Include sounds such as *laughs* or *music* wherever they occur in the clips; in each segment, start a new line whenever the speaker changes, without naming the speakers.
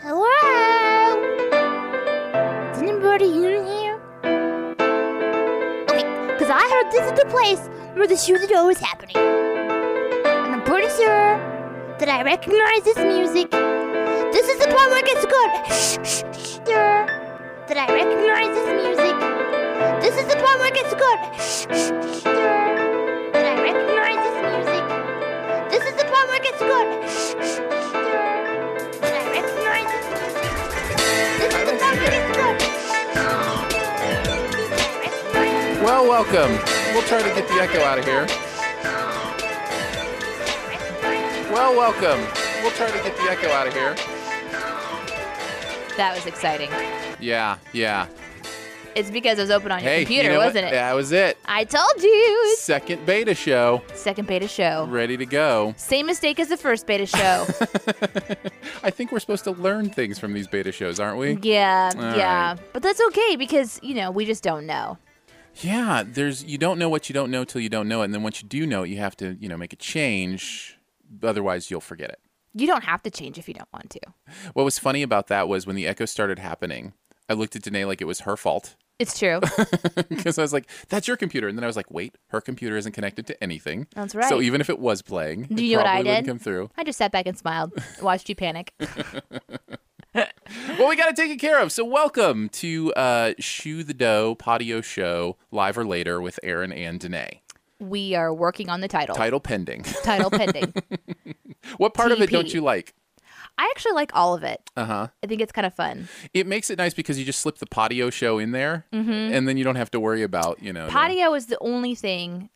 Hello? Is anybody in here? Okay, because I heard this is the place where the shoe the door is happening. And I'm pretty sure that I recognize this music. This is the part where it gets good. Shh, shh, shh. Sure That I recognize this music. This is the part where it gets good. Shh, shh, shh. Sure That I recognize this music. This is the part where it gets good. Shh, shh, shh. Sure That I recognize this music. This is the part where it gets good.
Well, welcome. We'll try to get the echo out of here. Well, welcome. We'll try to get the echo out of here.
That was exciting.
Yeah, yeah.
It's because it was open on your
hey, you
computer,
know what?
wasn't it?
That was it.
I told you.
Second beta show,
Second beta show.
ready to go.
Same mistake as the first beta
*laughs*
show.
I think we're supposed to learn things from these beta shows, aren't we?
yeah,
All
yeah. But that's okay because, you know, we just don't know.
Yeah, there's you don't know what you don't know till you don't know it, and then once you do know it, you have to, you know, make a change. Otherwise, you'll forget it.
You don't have to change if you don't want to.
What was funny about that was when the echo started happening, I looked at Danae like it was her fault.
It's
*laughs*
true. *laughs*
because I was like, "That's your computer," and then I was like, "Wait, her computer isn't connected to anything."
That's right.
So even if it was playing,
Do
it
you know what I
probably wouldn't
did?
Come through.
I just sat back and smiled, watched you panic.
Well, we got to take it care of. So welcome to uh, Shoe the Dough Patio Show live or later with Aaron and Danae.
We are working on the title.
Title pending. *laughs*
title pending.
what part of it
TP.
don't you like?
I actually like all of it.
Uh huh.
I think it's kind of fun.
It makes it nice because you just slip the patio show in there, and then you don't have to worry about you know. the-
Mm-hmm. Patio is the only thing,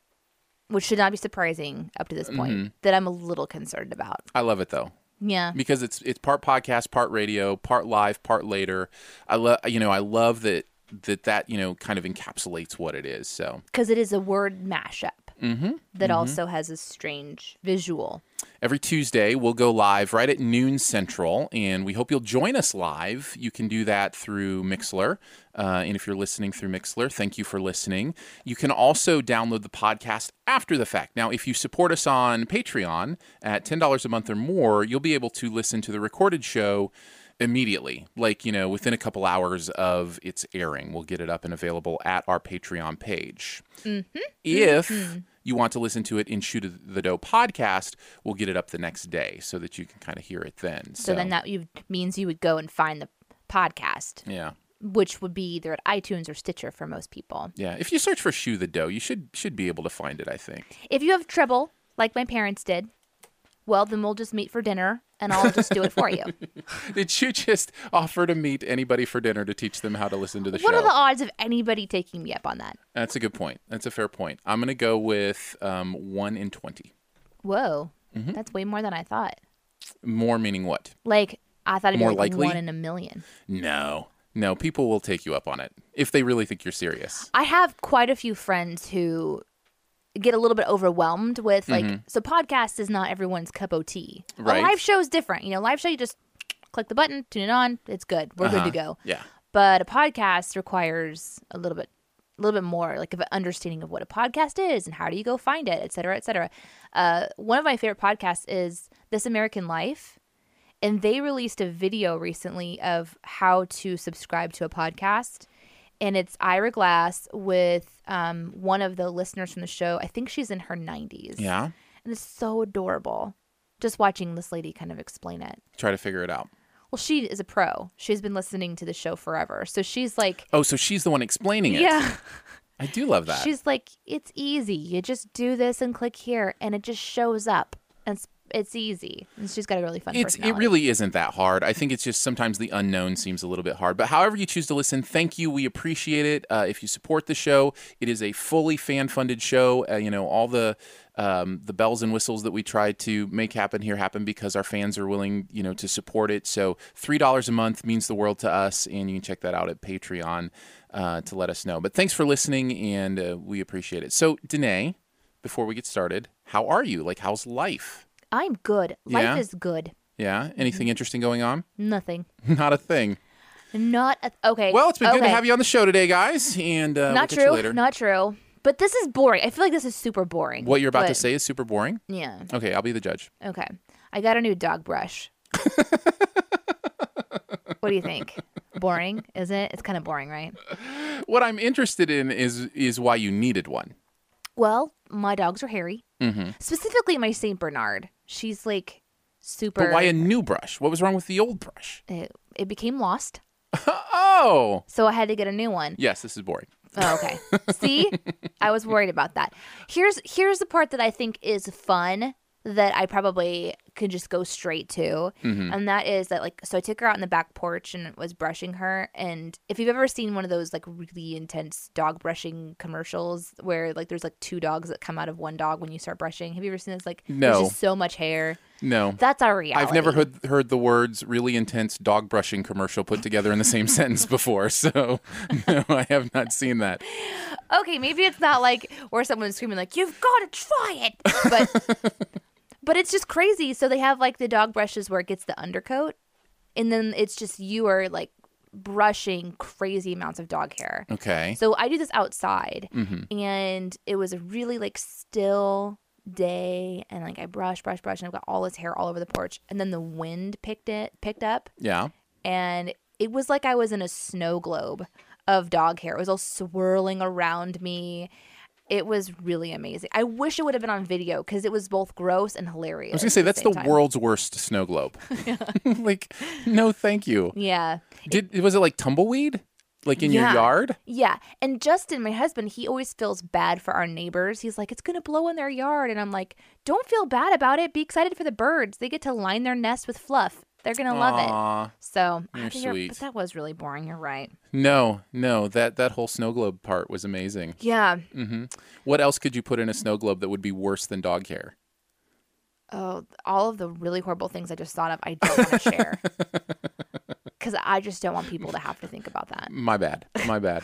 which should not be surprising up to this point,
Mm-hmm.
that I'm a little concerned about.
I love it though.
Yeah.
because it's it's part podcast, part radio, part live, part later. I love you know I love that that that you know kind of encapsulates what it is. So
because it is a word mashup
Mm-hmm.
that also has a strange visual.
every Tuesday we'll go live right at noon central, and we hope you'll join us live. You can do that through Mixler, uh, and if you're listening through Mixler, thank you for listening. You can also download the podcast after the fact. Now, if you support us on Patreon at ten dollars a month or more, you'll be able to listen to the recorded show. immediately like you know within a couple hours of its airing we'll get it up and available at our patreon page if
Mm-hmm.
you want to listen to it in shoot the dough podcast we'll get it up the next day so that you can kind of hear it then so,
So, then that you, means you would go and find the podcast,
yeah
which would be either at iTunes or Stitcher for most people.
yeah if you search for shoe the dough you should should be able to find it i think
If you have trouble, like my parents did, well, then we'll just meet for dinner and I'll just do it for you.
did you just offer to meet anybody for dinner to teach them how to listen to the
What
show
are the odds of anybody taking me up on that?
that's a good point that's a fair point i'm gonna go with um, 1 in 20
Whoa, that's way more than I thought.
more meaning what
Like, I thought it'd
More
be like
likely?
one in a million.
No, no, people will take you up on it if they really think you're serious.
I have quite a few friends who get a little bit overwhelmed with like so podcast is not everyone's cup of tea.
Right.
A live show is different. You know, live show you just click the button, tune it on, it's good. We're good to go.
Yeah.
But a podcast requires a little bit a little bit more like of an understanding of what a podcast is and how do you go find it, et cetera, et cetera. Uh, one of my favorite podcasts is This American Life. And they released a video recently of how to subscribe to a podcast. And it's Ira Glass with um, one of the listeners from the show. I think she's in her 90s.
Yeah.
And it's so adorable just watching this lady kind of explain it.
Try to figure it out.
Well, she is a pro. She's been listening to the show forever. So she's like,
Oh, so she's the one explaining it.
yeah.
I do love that.
*laughs* She's like, it's easy. You just do this and click here, and it just shows up. And it's, it's easy. And she's got a really fun
it's it
personality.
really isn't that hard. I think it's just sometimes the unknown seems a little bit hard. But however you choose to listen, thank you. We appreciate it. Uh, if you support the show, it is a fully fan funded show. Uh, you know all the uh, um, the bells and whistles that we try to make happen here happen because our fans are willing, you know, to support it. So three dollars a month means the world to us, and you can check that out at Patreon uh, to let us know. But thanks for listening, and uh, we appreciate it. So Danae, before we get started, how are you? Like, how's life?
I'm good. Life
Yeah?
is good.
Yeah, anything interesting going on?
Nothing.
*laughs* Not a thing.
Not a, okay.
Well, it's been good to
okay.
have you on the show today, guys, and
Not
uh, we'll catch you
true.
later.
Not true. But this is boring. I feel like this is super boring.
what you're about to
But-
say is super boring.
Yeah.
Okay, I'll be the judge.
Okay. I got a new dog
*laughs*
brush. what do you think? Boring, isn't it? It's kind of boring, right?
What I'm interested in is is why you needed one.
Well, my dogs are hairy.
Mhm.
Specifically, my Saint Bernard. She's like super.
But why a new brush? What was wrong with the old brush?
it, it became lost,
Oh,
so I had to get a new one.
yes, this is boring.
Oh, okay. See, I was worried about that. Here's here's the part that I think is fun that I probably could just go straight to,
Mm-hmm.
and that is that like so I took her out in the back porch and was brushing her, and if you've ever seen one of those like really intense dog brushing commercials where like there's like two dogs that come out of one dog when you start brushing, have you ever seen this? Like
No.
there's just so much hair.
No.
That's our reality.
I've never heard heard the words really intense dog brushing commercial put together in the same *laughs* sentence before, so *laughs* no, I have not seen that.
okay, maybe it's not like where someone's screaming like you've got to try it, but but it's just crazy. So they have like the dog brushes where it gets the undercoat, and then it's just you are like brushing crazy amounts of dog hair.
Okay.
So I do this outside,
Mhm.
and it was a really like still day, and like I brush, brush, brush, and I've got all this hair all over the porch, and then the wind picked it picked up,
Yeah.
and it was like I was in a snow globe of dog hair. It was all swirling around me. It was really amazing. I wish it would have been on video because it was both gross and hilarious.
I was gonna say
at
that's the
same time.
world's worst snow
*laughs*
globe. *laughs* like, no, thank you.
Yeah.
Did was it like tumbleweed, like in your
Yeah.
yard?
Yeah. And Justin, my husband, he always feels bad for our neighbors. He's like, it's going to blow in their yard. And I'm like, don't feel bad about it. Be excited for the birds. They get to line their nest with fluff. They're going to love it.
Aw.
So, I
You're
think you're-
sweet.
but that was really boring. You're right.
No, no, that that whole snow globe part was amazing.
Yeah.
hmm What else could you put in a snow globe that would be worse than dog hair?
Oh, all of the really horrible things I just thought of, I don't want to share.
*laughs*
Because I just don't want people to have to think about that.
My bad.
*laughs*
My bad.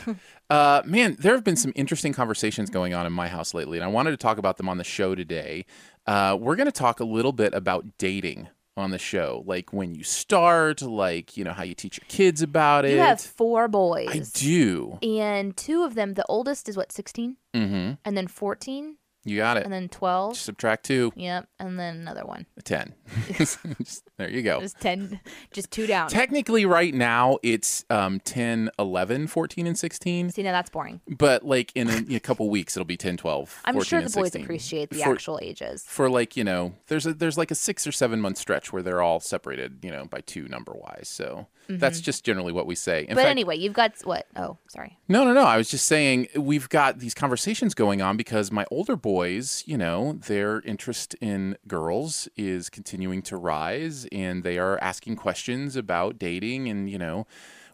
uh, man, there have been some interesting conversations going on in my house lately, and I wanted to talk about them on the show today. Uh, we're going to talk a little bit about dating on the show, like when you start, like you know how you teach your kids about it.
You have four
I
boys.
do.
And two of them, the oldest is what, 16?
hmm
And then 14?
You got it.
And then 12?
Subtract two,
Yep. And then another one.
ten. *laughs* Just- there you go.
Just 10, just two down.
Technically, right now it's um, 10, 11, 14, and 16.
See, now that's boring.
But like in a, in a couple weeks, it'll be 10, 12.
I'm
14,
sure the
and
boys
16.
appreciate the
For-
actual ages.
for like you know there's a there's like a six or seven month stretch where they're all separated you know by two number wise so that's just generally what we say in
Mm-hmm. but
fact
anyway, you've got what? Oh, sorry.
no no no i was just saying we've got these conversations going on because my older boys you know their interest in girls is continuing to rise and they are asking questions about dating and you know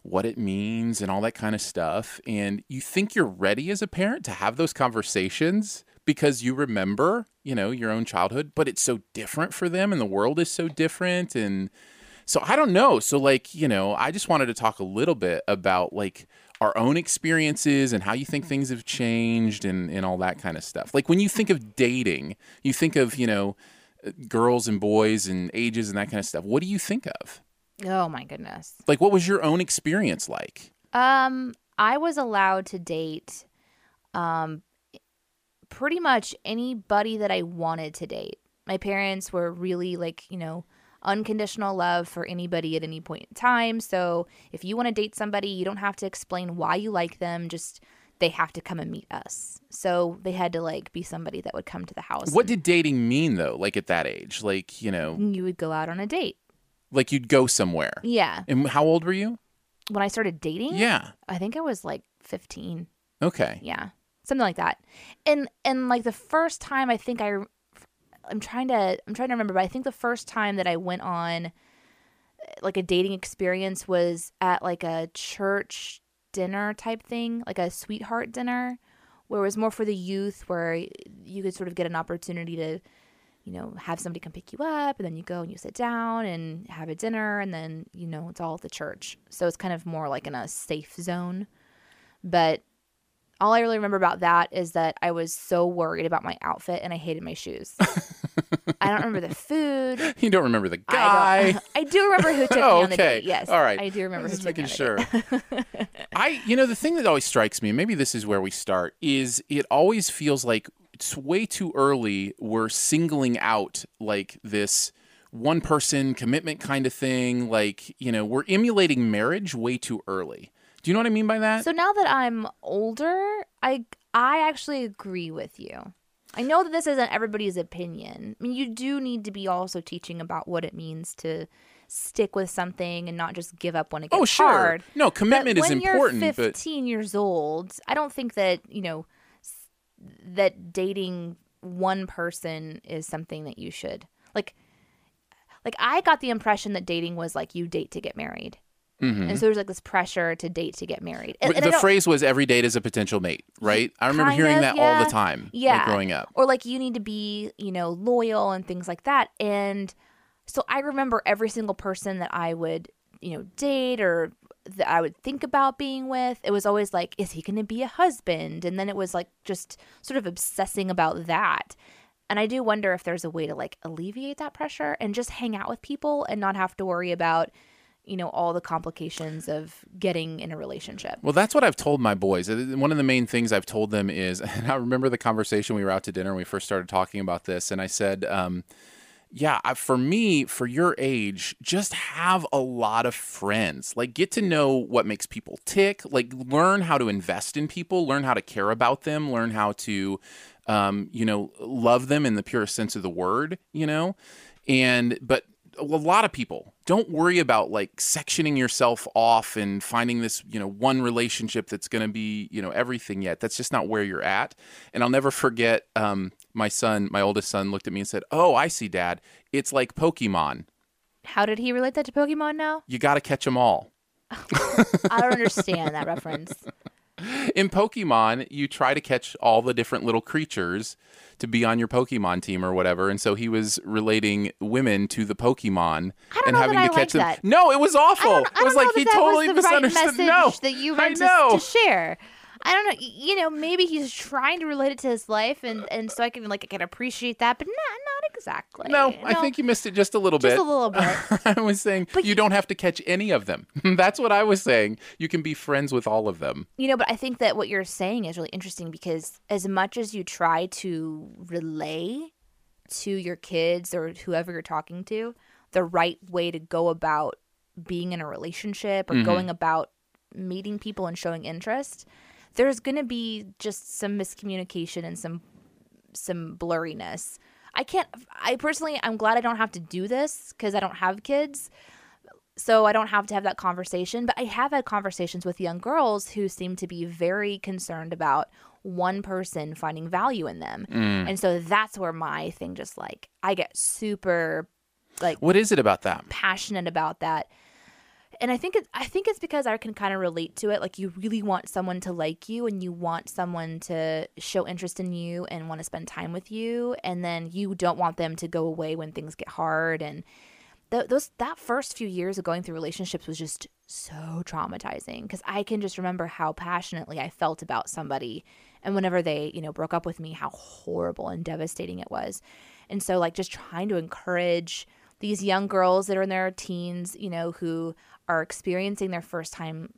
what it means and all that kind of stuff and you think you're ready as a parent to have those conversations because you remember, you know, your own childhood, but it's so different for them and the world is so different and so I don't know. So like, you know, I just wanted to talk a little bit about like our own experiences and how you think things have changed and and all that kind of stuff. Like when you think of dating, you think of, you know, girls and boys and ages and that kind of stuff. What do you think of?
Oh, my goodness.
Like what was your own experience like?
Um, I was allowed to date, um, pretty much anybody that I wanted to date. My parents were really like you know unconditional love for anybody at any point in time. So if you want to date somebody, you don't have to explain why you like them. Just they have to come and meet us. So they had to like be somebody that would come to the house.
What did dating mean though, like at that age? Like, you know,
and you would go out on a date?
like you'd go somewhere.
Yeah.
And how old were you?
When I started dating,
Yeah.
I think I was like fifteen.
Okay.
yeah something like that and and like the first time i think i i'm trying to i'm trying to remember but i think the first time that i went on eh, like a dating experience was at like a church dinner type thing like a sweetheart dinner where it was more for the youth, where you could sort of get an opportunity to, you know, have somebody come pick you up, and then you go and you sit down and have a dinner, and then you know it's all at the church. So it's kind of more like in a safe zone. But all I really remember about that is that I was so worried about my outfit and I hated my shoes. I don't remember the
*laughs*
food.
You don't remember the
I,
guy.
don't- *laughs* I do remember
*laughs*
who took me
Oh,
on the
okay.
date. Yes.
All right.
I do remember who
Just
took me
making
on the
sure.
date. *laughs*
I, you know, the thing that always strikes me, and maybe this is where we start, is it always feels like it's way too early. We're singling out like this one person commitment kind of thing. Like, you know, we're emulating marriage way too early. Do you know what I mean by that?
So now that I'm older, I I actually agree with you. I know that this isn't everybody's opinion. I mean, you do need to be also teaching about what it means to stick with something and not just give up when it gets
oh, sure.
hard.
No,
But
commitment is
when
important,
You're
but
15 years old. I don't think that you know s- that dating one person is something that you should like. Like I got the impression that dating was like you date to get married, and so there's like this pressure to date to get married. And, and I
Mm-hmm. the
don't-
phrase was every date is a potential mate, right? I remember
Kind
hearing
of,
that all
yeah.
the time like,
Yeah.
growing up.
or like you need to be you know loyal and things like that and so i remember every single person that i would you know date or that i would think about being with it was always like is he going to be a husband and then it was like just sort of obsessing about that and i do wonder if there's a way to like alleviate that pressure and just hang out with people and not have to worry about you know all the complications of getting in a relationship
Well, that's what I've told my boys. Uh, One of the main things I've told them is, *laughs* and I remember the conversation we were out to dinner and we first started talking about this, and I said, um, yeah, I- for me, for your age, just have a lot of friends. Like, get to know what makes people tick. Like, learn how to invest in people, learn how to care about them, learn how to, um, you know, love them in the purest sense of the word, you know? And, but a lot of people don't worry about like sectioning yourself off and finding this, you know, one relationship that's going to be, you know, everything yet. That's just not where you're at. And I'll never forget, um, my son, my oldest son, looked at me and said, "Oh, I see, Dad. It's like Pokemon.
how did he relate that to pokemon now
You got to catch them all.
i don't understand that reference
In Pokemon, you try to catch all the different little creatures to be on your Pokemon team or whatever." And so he was relating women to the Pokemon
don't
and
know
having
that
to
I
catch
like
them.
that.
No, it was awful.
I don't, I
it was
don't
like
know
he
that that
totally
was the Right
misunderstood.
message
no,
that you
I
meant to,
know.
to share. I don't know. y- You know, maybe he's trying to relate it to his life, and and so I can like I can appreciate that, but not not exactly.
no, I think you missed it just a little
just
bit.
a little bit.
*laughs* I was saying you don't have to catch any of them. *laughs* That's what I was saying. You can be friends with all of them.
You know, but I think that what you're saying is really interesting because as much as you try to relay to your kids or whoever you're talking to the right way to go about being in a relationship or going about meeting people and showing interest, there's going to be just some miscommunication and some some blurriness. I can't I personally I'm glad I don't have to do this cuz I don't have kids so I don't have to have that conversation. But I have had conversations with young girls who seem to be very concerned about one person finding value in them. And so that's where my thing just like I get super like
What is it
*laughs*
about that?
passionate about that. And I think it, I think it's because I can kind of relate to it. Like you really want someone to like you, and you want someone to show interest in you and want to spend time with you, and then you don't want them to go away when things get hard. And th- those that first few years of going through relationships was just so traumatizing because I can just remember how passionately I felt about somebody, and whenever they you know broke up with me, how horrible and devastating it was. And so like just trying to encourage these young girls that are in their teens, you know, who are experiencing their first time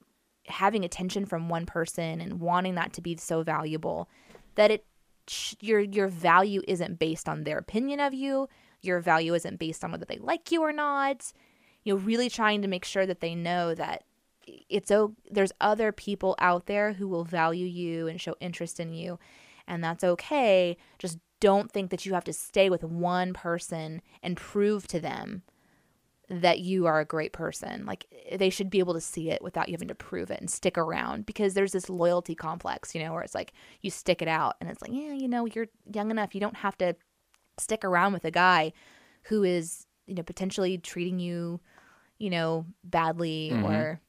having attention from one person and wanting that to be so valuable that it sh- your your value isn't based on their opinion of you your value isn't based on whether they like you or not you know really trying to make sure that they know that it's o- there's other people out there who will value you and show interest in you and that's okay just don't think that you have to stay with one person and prove to them that you are a great person. Like they should be able to see it without you having to prove it and stick around because there's this loyalty complex, you know, where it's like you stick it out and it's like, yeah, you know, you're young enough. You don't have to stick around with a guy who is, you know, potentially treating you, you know, badly uh, or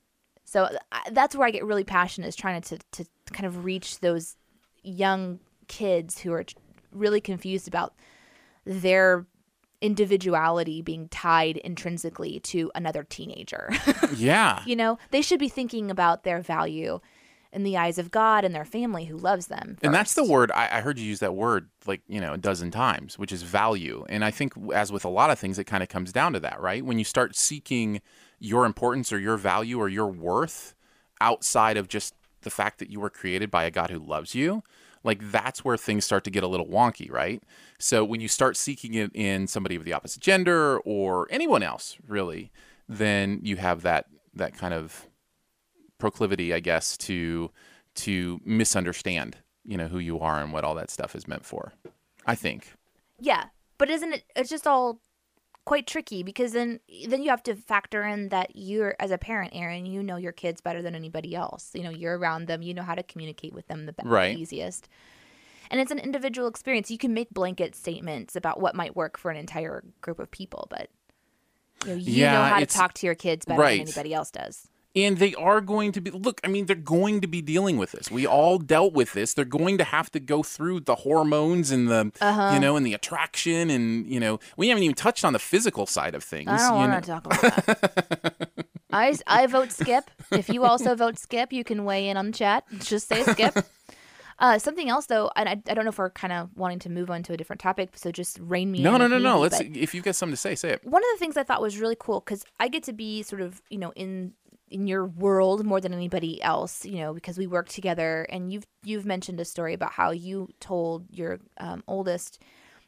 so I, that's where I get really passionate is trying to, to kind of reach those young kids who are t- really confused about their individuality being tied intrinsically to another teenager. *laughs*
Yeah.
you know, they should be thinking about their value in the eyes of God and their family who loves them.
And that's the
first.
word I, I heard you use that word like you know a dozen times, which is value. And I think as with a lot of things, it kind of comes down to that, right? When you start seeking your importance or your value or your worth outside of just the fact that you were created by a God who loves you, like that's where things start to get a little wonky, right? So when you start seeking it in somebody of the opposite gender or anyone else, really, then you have that that kind of proclivity, I guess, to to misunderstand, you know, who you are and what all that stuff is meant for. I think.
Yeah, but isn't it? It's just all quite tricky because then then you have to factor in that you're as a parent, Aaron, you know your kids better than anybody else. You know you're around them, you know how to communicate with them the best,
Right.
the easiest. And it's an individual experience. You can make blanket statements about what might work for an entire group of people, but you know, you know
Yeah,
how to
it's-
talk to your kids better
right.
than anybody else does.
And they are going to be look, I mean, they're going to be dealing with this. We all dealt with this. They're going to have to go through the hormones and the
Uh-huh.
you know, and the attraction and you know, we haven't even touched on the physical side of things.
I don't
you know.
want to talk about that.
*laughs*
I, s- I vote skip. If you also vote skip, you can weigh in on the chat. *laughs* Just say
*laughs*
skip. Uh, something else, though, and I, I don't know if we're kind of wanting to move on to a different topic, so just rein me
No,
in.
no,
if
no,
need
no.
be,
Let's
but-
if you've got something to say, say it.
one of the things I thought was really cool because I get to be sort of you know in in your world more than anybody else you know because we work together and you've you've mentioned a story about how you told your um, oldest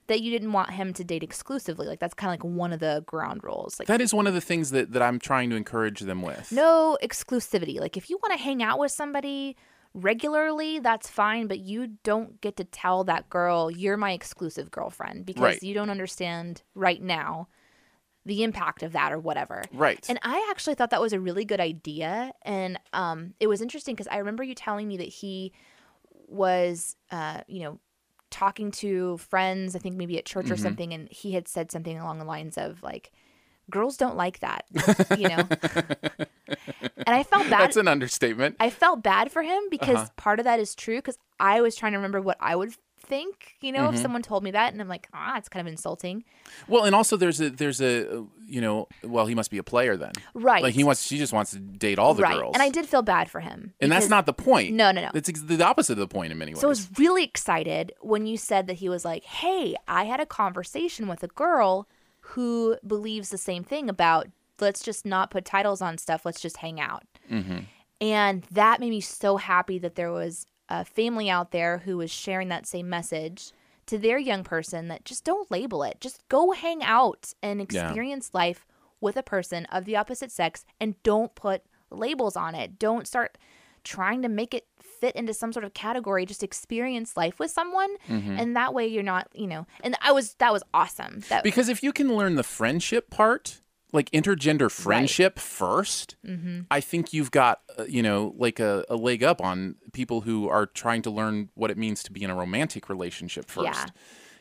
that you didn't want him to date exclusively like that's kind of like one of the ground rules like
That is one of the things that, that I'm trying to encourage them with.
no exclusivity like if you want to hang out with somebody regularly that's fine but you don't get to tell that girl you're my exclusive girlfriend because
Right.
you don't understand right now the impact of that or whatever
Right.
and I actually thought that was a really good idea. And um, it was interesting because I remember you telling me that he was, uh, you know, talking to friends, I think maybe at church
Mm-hmm.
or something, and he had said something along the lines of, like, girls don't like that, you know?
*laughs*
and I felt bad.
That's Uh-huh. an understatement.
I felt bad for him because part of that is true because I was trying to remember what I would think, you know,
Mm-hmm.
if someone told me that. And I'm like, ah, it's kind of insulting.
Well, and also there's a there's a uh, you know well he must be a player then,
Right.
Like he wants she just wants to date all the
right.
girls,
And I did feel bad for him.
and that's
because-
not the point.
No, no, no.
That's ex- the opposite of the point in many ways.
So I was really excited when you said that he was like, "Hey, I had a conversation with a girl who believes the same thing about let's just not put titles on stuff, let's just hang out." And that made me so happy that there was a family out there who was sharing that same message to their young person that just don't label it. Just go hang out and
Yeah.
experience life with a person of the opposite sex and don't put labels on it. Don't start trying to make it fit into some sort of category. Just experience life with someone and that way you're not, you know. And I was that was awesome. That
because if you can learn the friendship part, like intergender friendship 1st
Mm-hmm.
I think you've got uh, you know like a, a leg up on people who are trying to learn what it means to be in a romantic relationship first.
Yeah.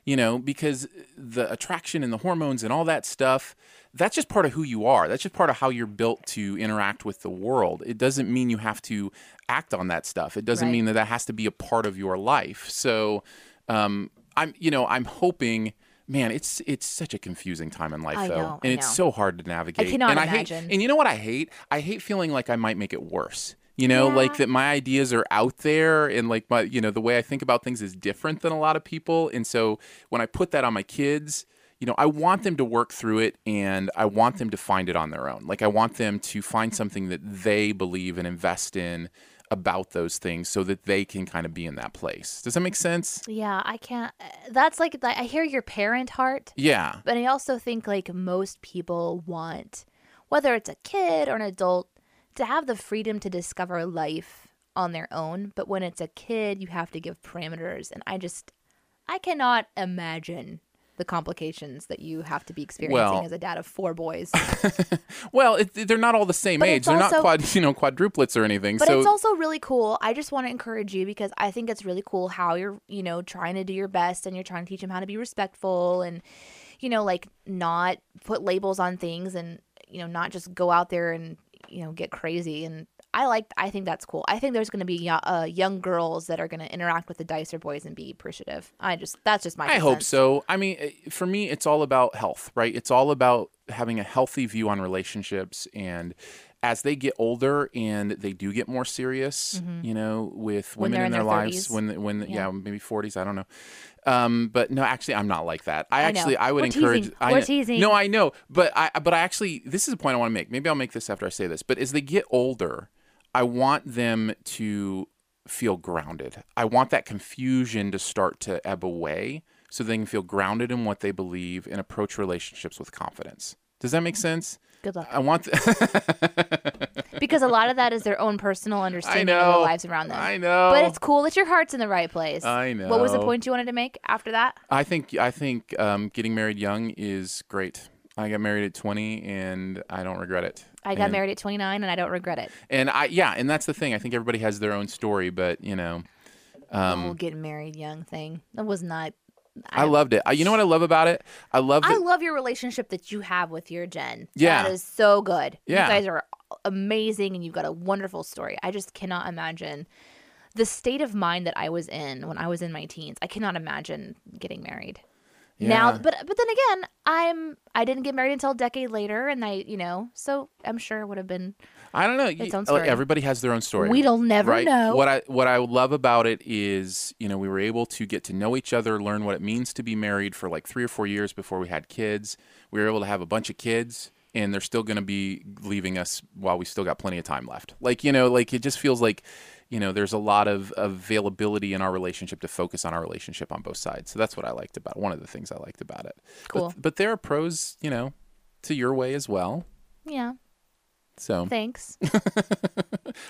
You know, because the attraction and the hormones and all that stuff, that's just part of who you are. That's just part of how you're built to interact with the world. It doesn't mean you have to act on that stuff. It doesn't
Right.
mean that that has to be a part of your life. So, um, I'm, you know, I'm hoping, man, it's it's such a confusing time in life
I
though,
know, I
and it's
know.
so hard to navigate.
cannot
and I
imagine.
hate, and you know what I hate? I hate feeling like I might make it worse. You know, like that my ideas are out there and like my, you know, the way I think about things is different than a lot of people. And so when I put that on my kids, you know, I want them to work through it and I want them to find it on their own. Like I want them to find something that they believe and invest in about those things so that they can kind of be in that place. Does that make sense?
yeah, I can't that's like I hear your parent heart
Yeah.
But I also think like most people want, whether it's a kid or an adult, to have the freedom to discover life on their own. But when it's a kid, you have to give parameters. And I just, I cannot imagine the complications that you have to be experiencing
Well-
as a dad of four boys.
Well, it, they're not all the same
But
age.
it's
They're not
also-
quad, *laughs* you know, quadruplets or anything.
But
so
it's also really cool. I just want to encourage you because I think it's really cool how you're, you know, trying to do your best and you're trying to teach them how to be respectful and, you know, like not put labels on things and, you know, not just go out there and, you know, get crazy. And I like. I think that's cool. I think there's going to be yo- uh, young girls that are going to interact with the Dicer Boys and be appreciative. I just that's just my.
I hope
sense.
so. I mean, eh, for me, it's all about health, right? It's all about having a healthy view on relationships. And as they get older and they do get more serious, you know, with
Mm-hmm. When
women
they're
in,
in
their,
their
lives,
30s.
when, when, yeah.
Yeah.
maybe 40s, I don't know. Um, but no, actually, I'm not like that. I,
I know.
actually, I would
We're
encourage.
teasing.
I,
We're
kn-
teasing.
No, I know, but I, but I actually, this is a point I want to make. Maybe I'll make this after I say this. But as they get older, I want them to feel grounded. I want that confusion to start to ebb away so they can feel grounded in what they believe and approach relationships with confidence. Does that make sense?
Good luck.
I *laughs* want. The-
because a lot of that is their own
*laughs*
personal understanding of
know.
their lives around them.
I know.
But it's cool that your heart's in the right place.
I
What was the
know.
point you wanted to make after that?
I think I think um, getting married young is great. I got married at 20 and I don't regret it.
I got
And-
married at 29 and I don't regret it.
And I yeah, and that's the thing. I think everybody has their own story, but you know,
Um, whole getting married young thing. That was not.
I, loved it. I, you know what I love about it? I love that
I love your relationship that you have with your Jen.
Yeah.
That is so good.
Yeah.
You guys are amazing and you've got a wonderful story. I just cannot imagine the state of mind that I was in when I was in my teens. I cannot imagine getting married. Now
Yeah.
but but then again, I'm I didn't get married until a decade later and I, you know, so I'm sure it would have been
I don't know. You-
own
like,
story.
everybody has their own story.
We'll never
right?
know.
What I what I love about it is, you know, we were able to get to know each other, learn what it means to be married for like three or four years before we had kids. We were able to have a bunch of kids, and they're still going to be leaving us while we still got plenty of time left. Like you know, like it just feels like. You know, there's a lot of availability in our relationship to focus on our relationship on both sides. So that's what I liked about one of the things I liked about it.
Cool.
But, but there are pros, you know, to your way as well.
yeah,
So
thanks. *laughs*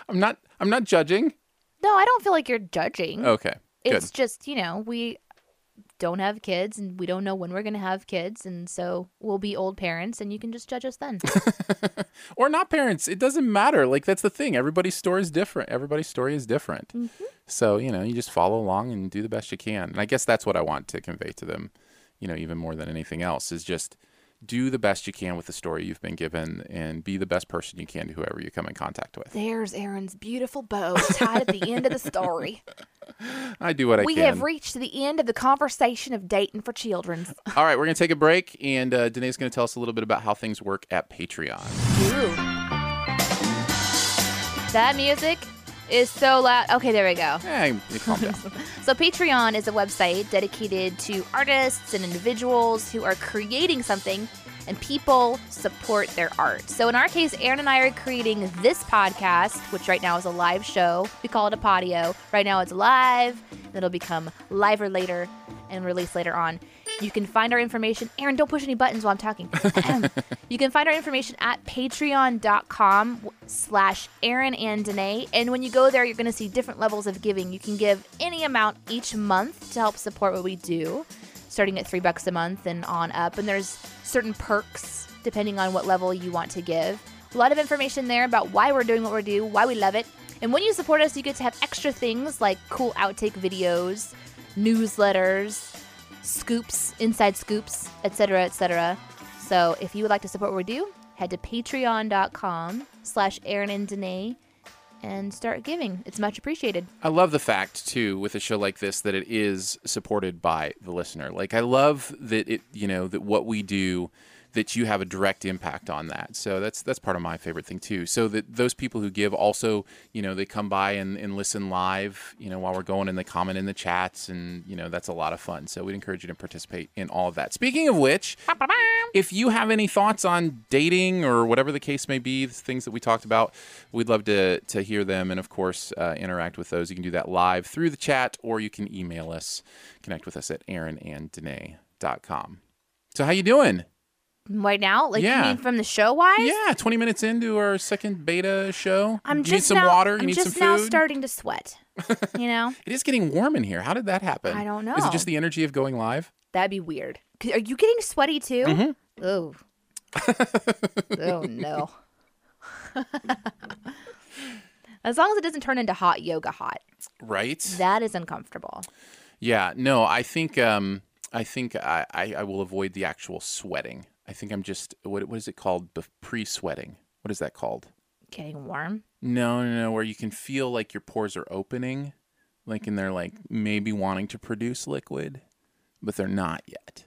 I'm not I'm not judging.
no, I don't feel like you're judging.
Okay. Good.
it's just you know we don't have kids and we don't know when we're going to have kids and so we'll be old parents and you can just judge us then
or not parents. It doesn't matter. Like that's the thing. Everybody's story is different. Everybody's story is different.
Mm-hmm.
So, you know, you just follow along and do the best you can. And I guess that's what I want to convey to them, you know, even more than anything else is just do the best you can with the story you've been given and be the best person you can to whoever you come in contact
*laughs*
with.
there's aaron's beautiful bow tied at the end of the *laughs* story
I do what I
we
can.
have reached the end of the conversation of dating for children
All right, we're going to take a break and uh, Danae's going to tell us a little bit about how things work at Patreon.
Ooh. that music is so loud okay there we go
Hey, calm down.
So Patreon is a website dedicated to artists and individuals who are creating something and people support their art. So in our case, Aaron and I are creating this podcast, which right now is a live show. We call it a patio. Right now it's live, and it'll become liver later and released later on. You can find our information. Aaron, don't push any buttons while I'm talking. Um, you can find our information at patreon.com slash Aaron and Danae. And when you go there, you're going to see different levels of giving. You can give any amount each month to help support what we do, starting at three bucks a month and on up. And there's certain perks depending on what level you want to give. A lot of information there about why we're doing what we do, why we love it. And when you support us, you get to have extra things like cool outtake videos, newsletters, scoops, inside scoops, etc., etc. So if you would like to support what we do, head to patreon.com slash Aaron and Danae and start giving. It's much appreciated.
I love the fact too with a show like this that it is supported by the listener. Like I love that it you know that what we do that you have a direct impact on that. So that's that's part of my favorite thing too. So that those people who give also, you know, they come by and, and listen live, you know, while we're going and they comment in the chats and you know, that's a lot of fun. So we'd encourage you to participate in all of that. Speaking of which, if you have any thoughts on dating or whatever the case may be, the things that we talked about, we'd love to to hear them and of course uh, interact with those. You can do that live through the chat or you can email us. Connect with us at aaronanddanae.com. So how you doing?
Right now, like
Yeah.
you mean from the show wise?
Yeah, 20 minutes into our second beta show.
I'm
You
just
need some
now,
water, you
I'm
need
just
some food.
now starting to
*laughs*
sweat. You know?
it is getting warm in here. How did that happen?
I don't
Is it
know.
just the energy of going live?
That'd be weird. C- Are you getting sweaty too?
Mm-hmm.
Oh.
*laughs*
oh no. *laughs* as long as it doesn't turn into hot yoga hot.
Right?
That is uncomfortable.
Yeah, no, I think um, I think I, I, I will avoid the actual sweating. I think I'm just what what is it called? Pre sweating. What is that called?
getting warm.
No, no, no, where you can feel like your pores are opening, like and they're like maybe wanting to produce liquid, but they're not yet.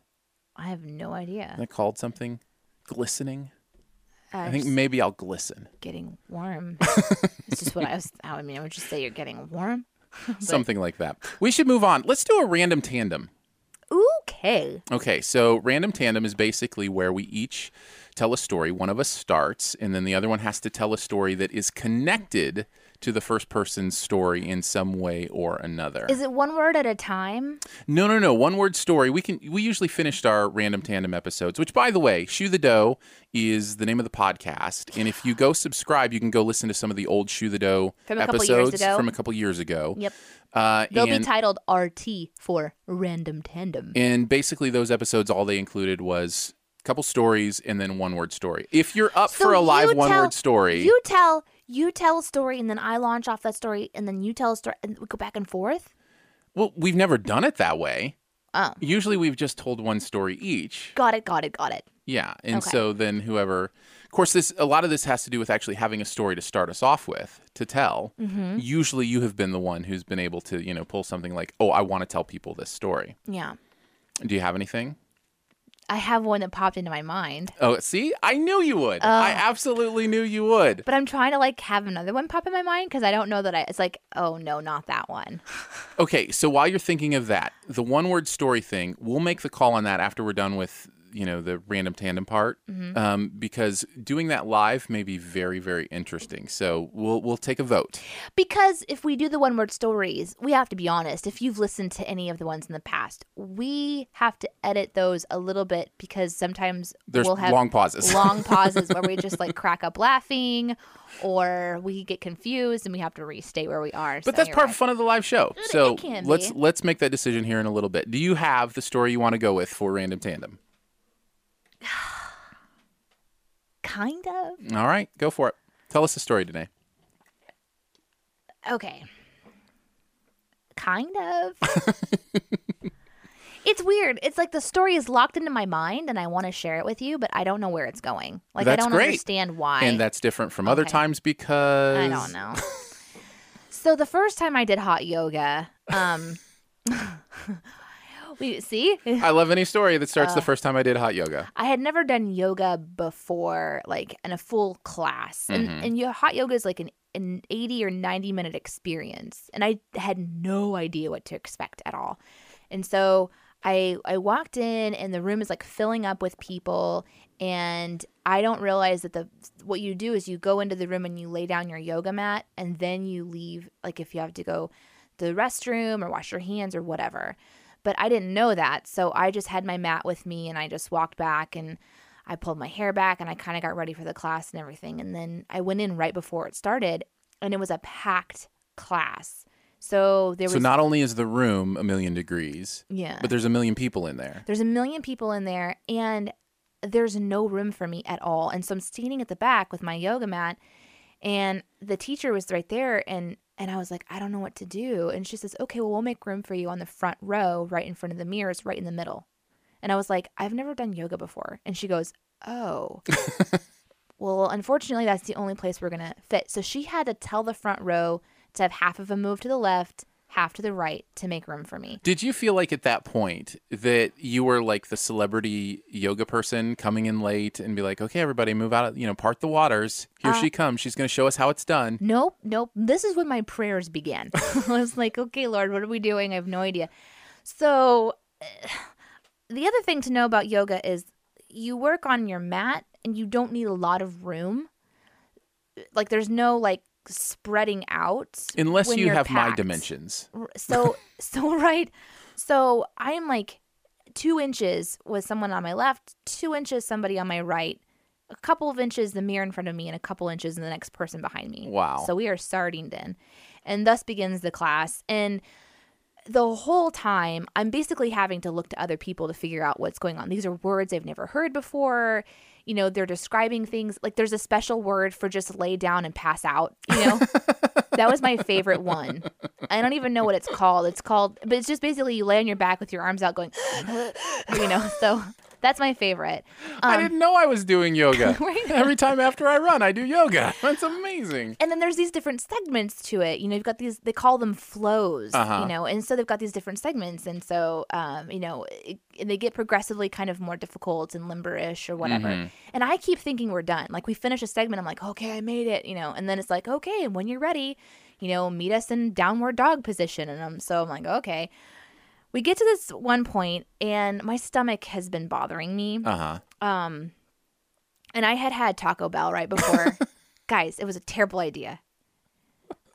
I have no idea.
Is that called something? Glistening? I
I'm
think
just
maybe I'll glisten.
getting *laughs* warm. it's just what I was. I mean, I would just say you're getting warm. But-
Something like that. We should move on. Let's do a random tandem.
Okay.
Okay, so random tandem is basically where we each tell a story. One of us starts, and then the other one has to tell a story that is connected to the first person's story in some way or another.
Is it one word at a time?
No, no, no. One word story. We can. We usually finished our random tandem episodes, which, by the way, "Shoe the Dough" is the name of the podcast. And if you go subscribe, you can go listen to some of the old "Shoe the Dough"
From a couple
episodes
years ago.
from a couple years ago.
Yep.
Uh,
They'll
and,
be titled RT for Random Tandem.
and basically, those episodes, all they included was a couple stories and then one word story. If you're up
So
for a live
you
one
tell-
word story,
You tell you tell a story, and then I launch off that story, and then you tell a story, and we go back and forth.
well, we've never done it that way.
Oh,
Usually, we've just told one story each.
got it, got it, got it.
Yeah, and
Okay.
so then whoever, of course, this a lot of this has to do with actually having a story to start us off with to tell.
Mm-hmm.
Usually, you have been the one who's been able to you know pull something like, "Oh, I want to tell people this story."
Yeah,
Do you have anything?
I have one that popped into my mind,
Oh, see, I knew you would.
Oh.
I absolutely knew you would.
but I'm trying to like have another one pop in my mind because I don't know that I. It's like, oh no, not that one.
Okay, so while you're thinking of that, the one word story thing, we'll make the call on that after we're done with you know the random tandem part,
Mm-hmm.
um, because doing that live may be very very interesting. So we'll we'll take a vote.
Because if we do the one word stories, we have to be honest. If you've listened to any of the ones in the past, we have to edit those a little bit because sometimes
There's
we'll have
long pauses.
long pauses where we just like crack up laughing or we get confused and we have to restate where we are.
*laughs* But that's part of fun of the live show. so
it can
let's
be.
let's make that decision here in a little bit. Do you have the story you want to go with for random tandem?
kind of.
All right, go for it. Tell us the story today.
Okay. Kind of.
*laughs*
it's weird. It's like the story is locked into my mind and I want to share it with you, but I don't know where it's going. Like I
That's
don't
great.
understand why.
and that's different from other
Okay.
times because
I don't know. so the first time I did hot yoga, um *laughs* we see
I love any story that starts
Uh,
the first time I did hot yoga.
I had never done yoga before, like in a full class, and and your hot yoga is like an an 80 or 90 minute experience and i had no idea what to expect at all and so i i walked in and the room is like filling up with people and i don't realize that the what you do is you go into the room and you lay down your yoga mat and then you leave like if you have to go to the restroom or wash your hands or whatever but I didn't know that. So I just had my mat with me and I just walked back and I pulled my hair back and I kind of got ready for the class and everything. And then I went in right before it started and it was a packed class. So there was Uh.
So not only is the room a million degrees,
yeah.
but there's a million people in there.
There's a million people in there, and there's no room for me at all. And so I'm standing at the back with my yoga mat, and the teacher was right there, and and I was like, I don't know what to do. And she says, Okay, well, we'll make room for you on the front row, right in front of the mirrors, right in the middle. And I was like, I've never done yoga before. And she goes, Oh. well, unfortunately, that's the only place we're going to fit. So she had to tell the front row to have half of them move to the left, half to the right to make room for me.
Did you feel like at that point that you were like the celebrity yoga person coming in late and be like, okay, everybody, move out, of, you know, part the waters. Here
Uh.
she comes. She's going to show us how it's done.
Nope, nope. This is when my prayers began. *laughs* I was like, okay, Lord, what are we doing? I have no idea. So, *sighs* the other thing to know about yoga is you work on your mat and you don't need a lot of room. Like, there's no like spreading out.
Unless
when
you
you're
have my
packed.
dimensions.
R- So, *laughs* so right. So, I'm like two inches with someone on my left, two inches somebody on my right, a couple of inches the mirror in front of me, and a couple inches in the next person behind me.
Wow.
So we are sardined in. And thus begins the class. And the whole time, I'm basically having to look to other people to figure out what's going on. These are words I've never heard before. You know, they're describing things. Like there's a special word for just lay down and pass out, you know? that was my favorite one. I don't even know what it's called. It's called, but it's just basically *gasps* you lay on your back with your arms out going, you know? So That's my favorite.
I didn't know I was doing yoga.
Um, *laughs* Right.
Every time after I run, I do yoga. *laughs* That's amazing.
and then there's these different segments to it. You know, you've got these they call them flows.
Uh-huh.
You know, and so they've got these different segments, and so um, you know, it, and they get progressively kind of more difficult and limberish or whatever. And I keep thinking we're done. Like we finish a segment, I'm like, okay, I made it. You know, and then it's like, okay, and when you're ready, you know, meet us in downward dog position. And I'm so I'm like, okay. We get to this one point, and my stomach has been bothering me
Uh huh.
and I had had Taco Bell right before. Guys, it was a terrible idea.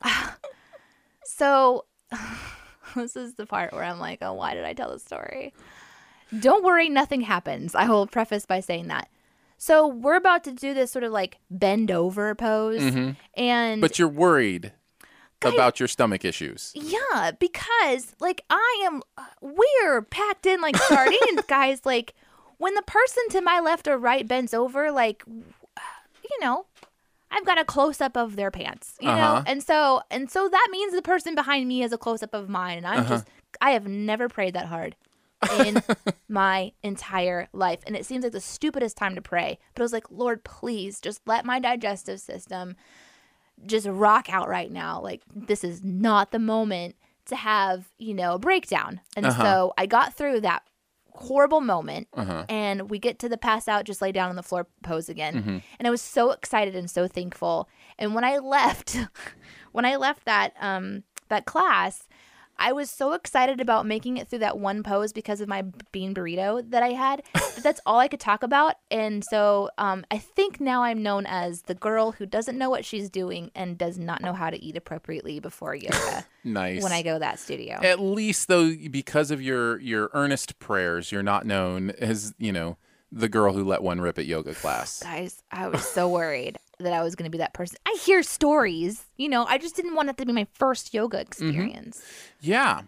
*sighs* so, *sighs* this is the part where I'm like, oh, why did I tell the story? Don't worry, nothing happens. I will preface by saying that. So, we're about to do this sort of like bend over pose. And
But you're worried about your stomach issues.
yeah, because like I am, we're packed in like sardines, guys. Like when the person to my left or right bends over, like you know, I've got a close up of their pants, you
Uh-huh.
know, and so and so that means the person behind me has a close up of mine, and I'm just I have never prayed that hard in my entire life, and it seems like the stupidest time to pray, but I was like, Lord, please just let my digestive system just rock out right now. Like, this is not the moment to have, you know, a breakdown. And so I got through that horrible moment and we get to the pass out, just lay down on the floor pose again. And I was so excited and so thankful. And when I *laughs* left, when I left that, um, that class, I was so excited about making it through that one pose because of my bean burrito that I had. But that's all I could talk about. And so um, I think now I'm known as the girl who doesn't know what she's doing and does not know how to eat appropriately before yoga
Nice.
when I go to that studio.
At least though, because of your your earnest prayers, you're not known as you know the girl who let one rip at yoga class.
Guys, I was so worried that I was going to be that person. I hear stories, you know, I just didn't want that to be my first yoga
Mm-hmm.
experience.
Yeah.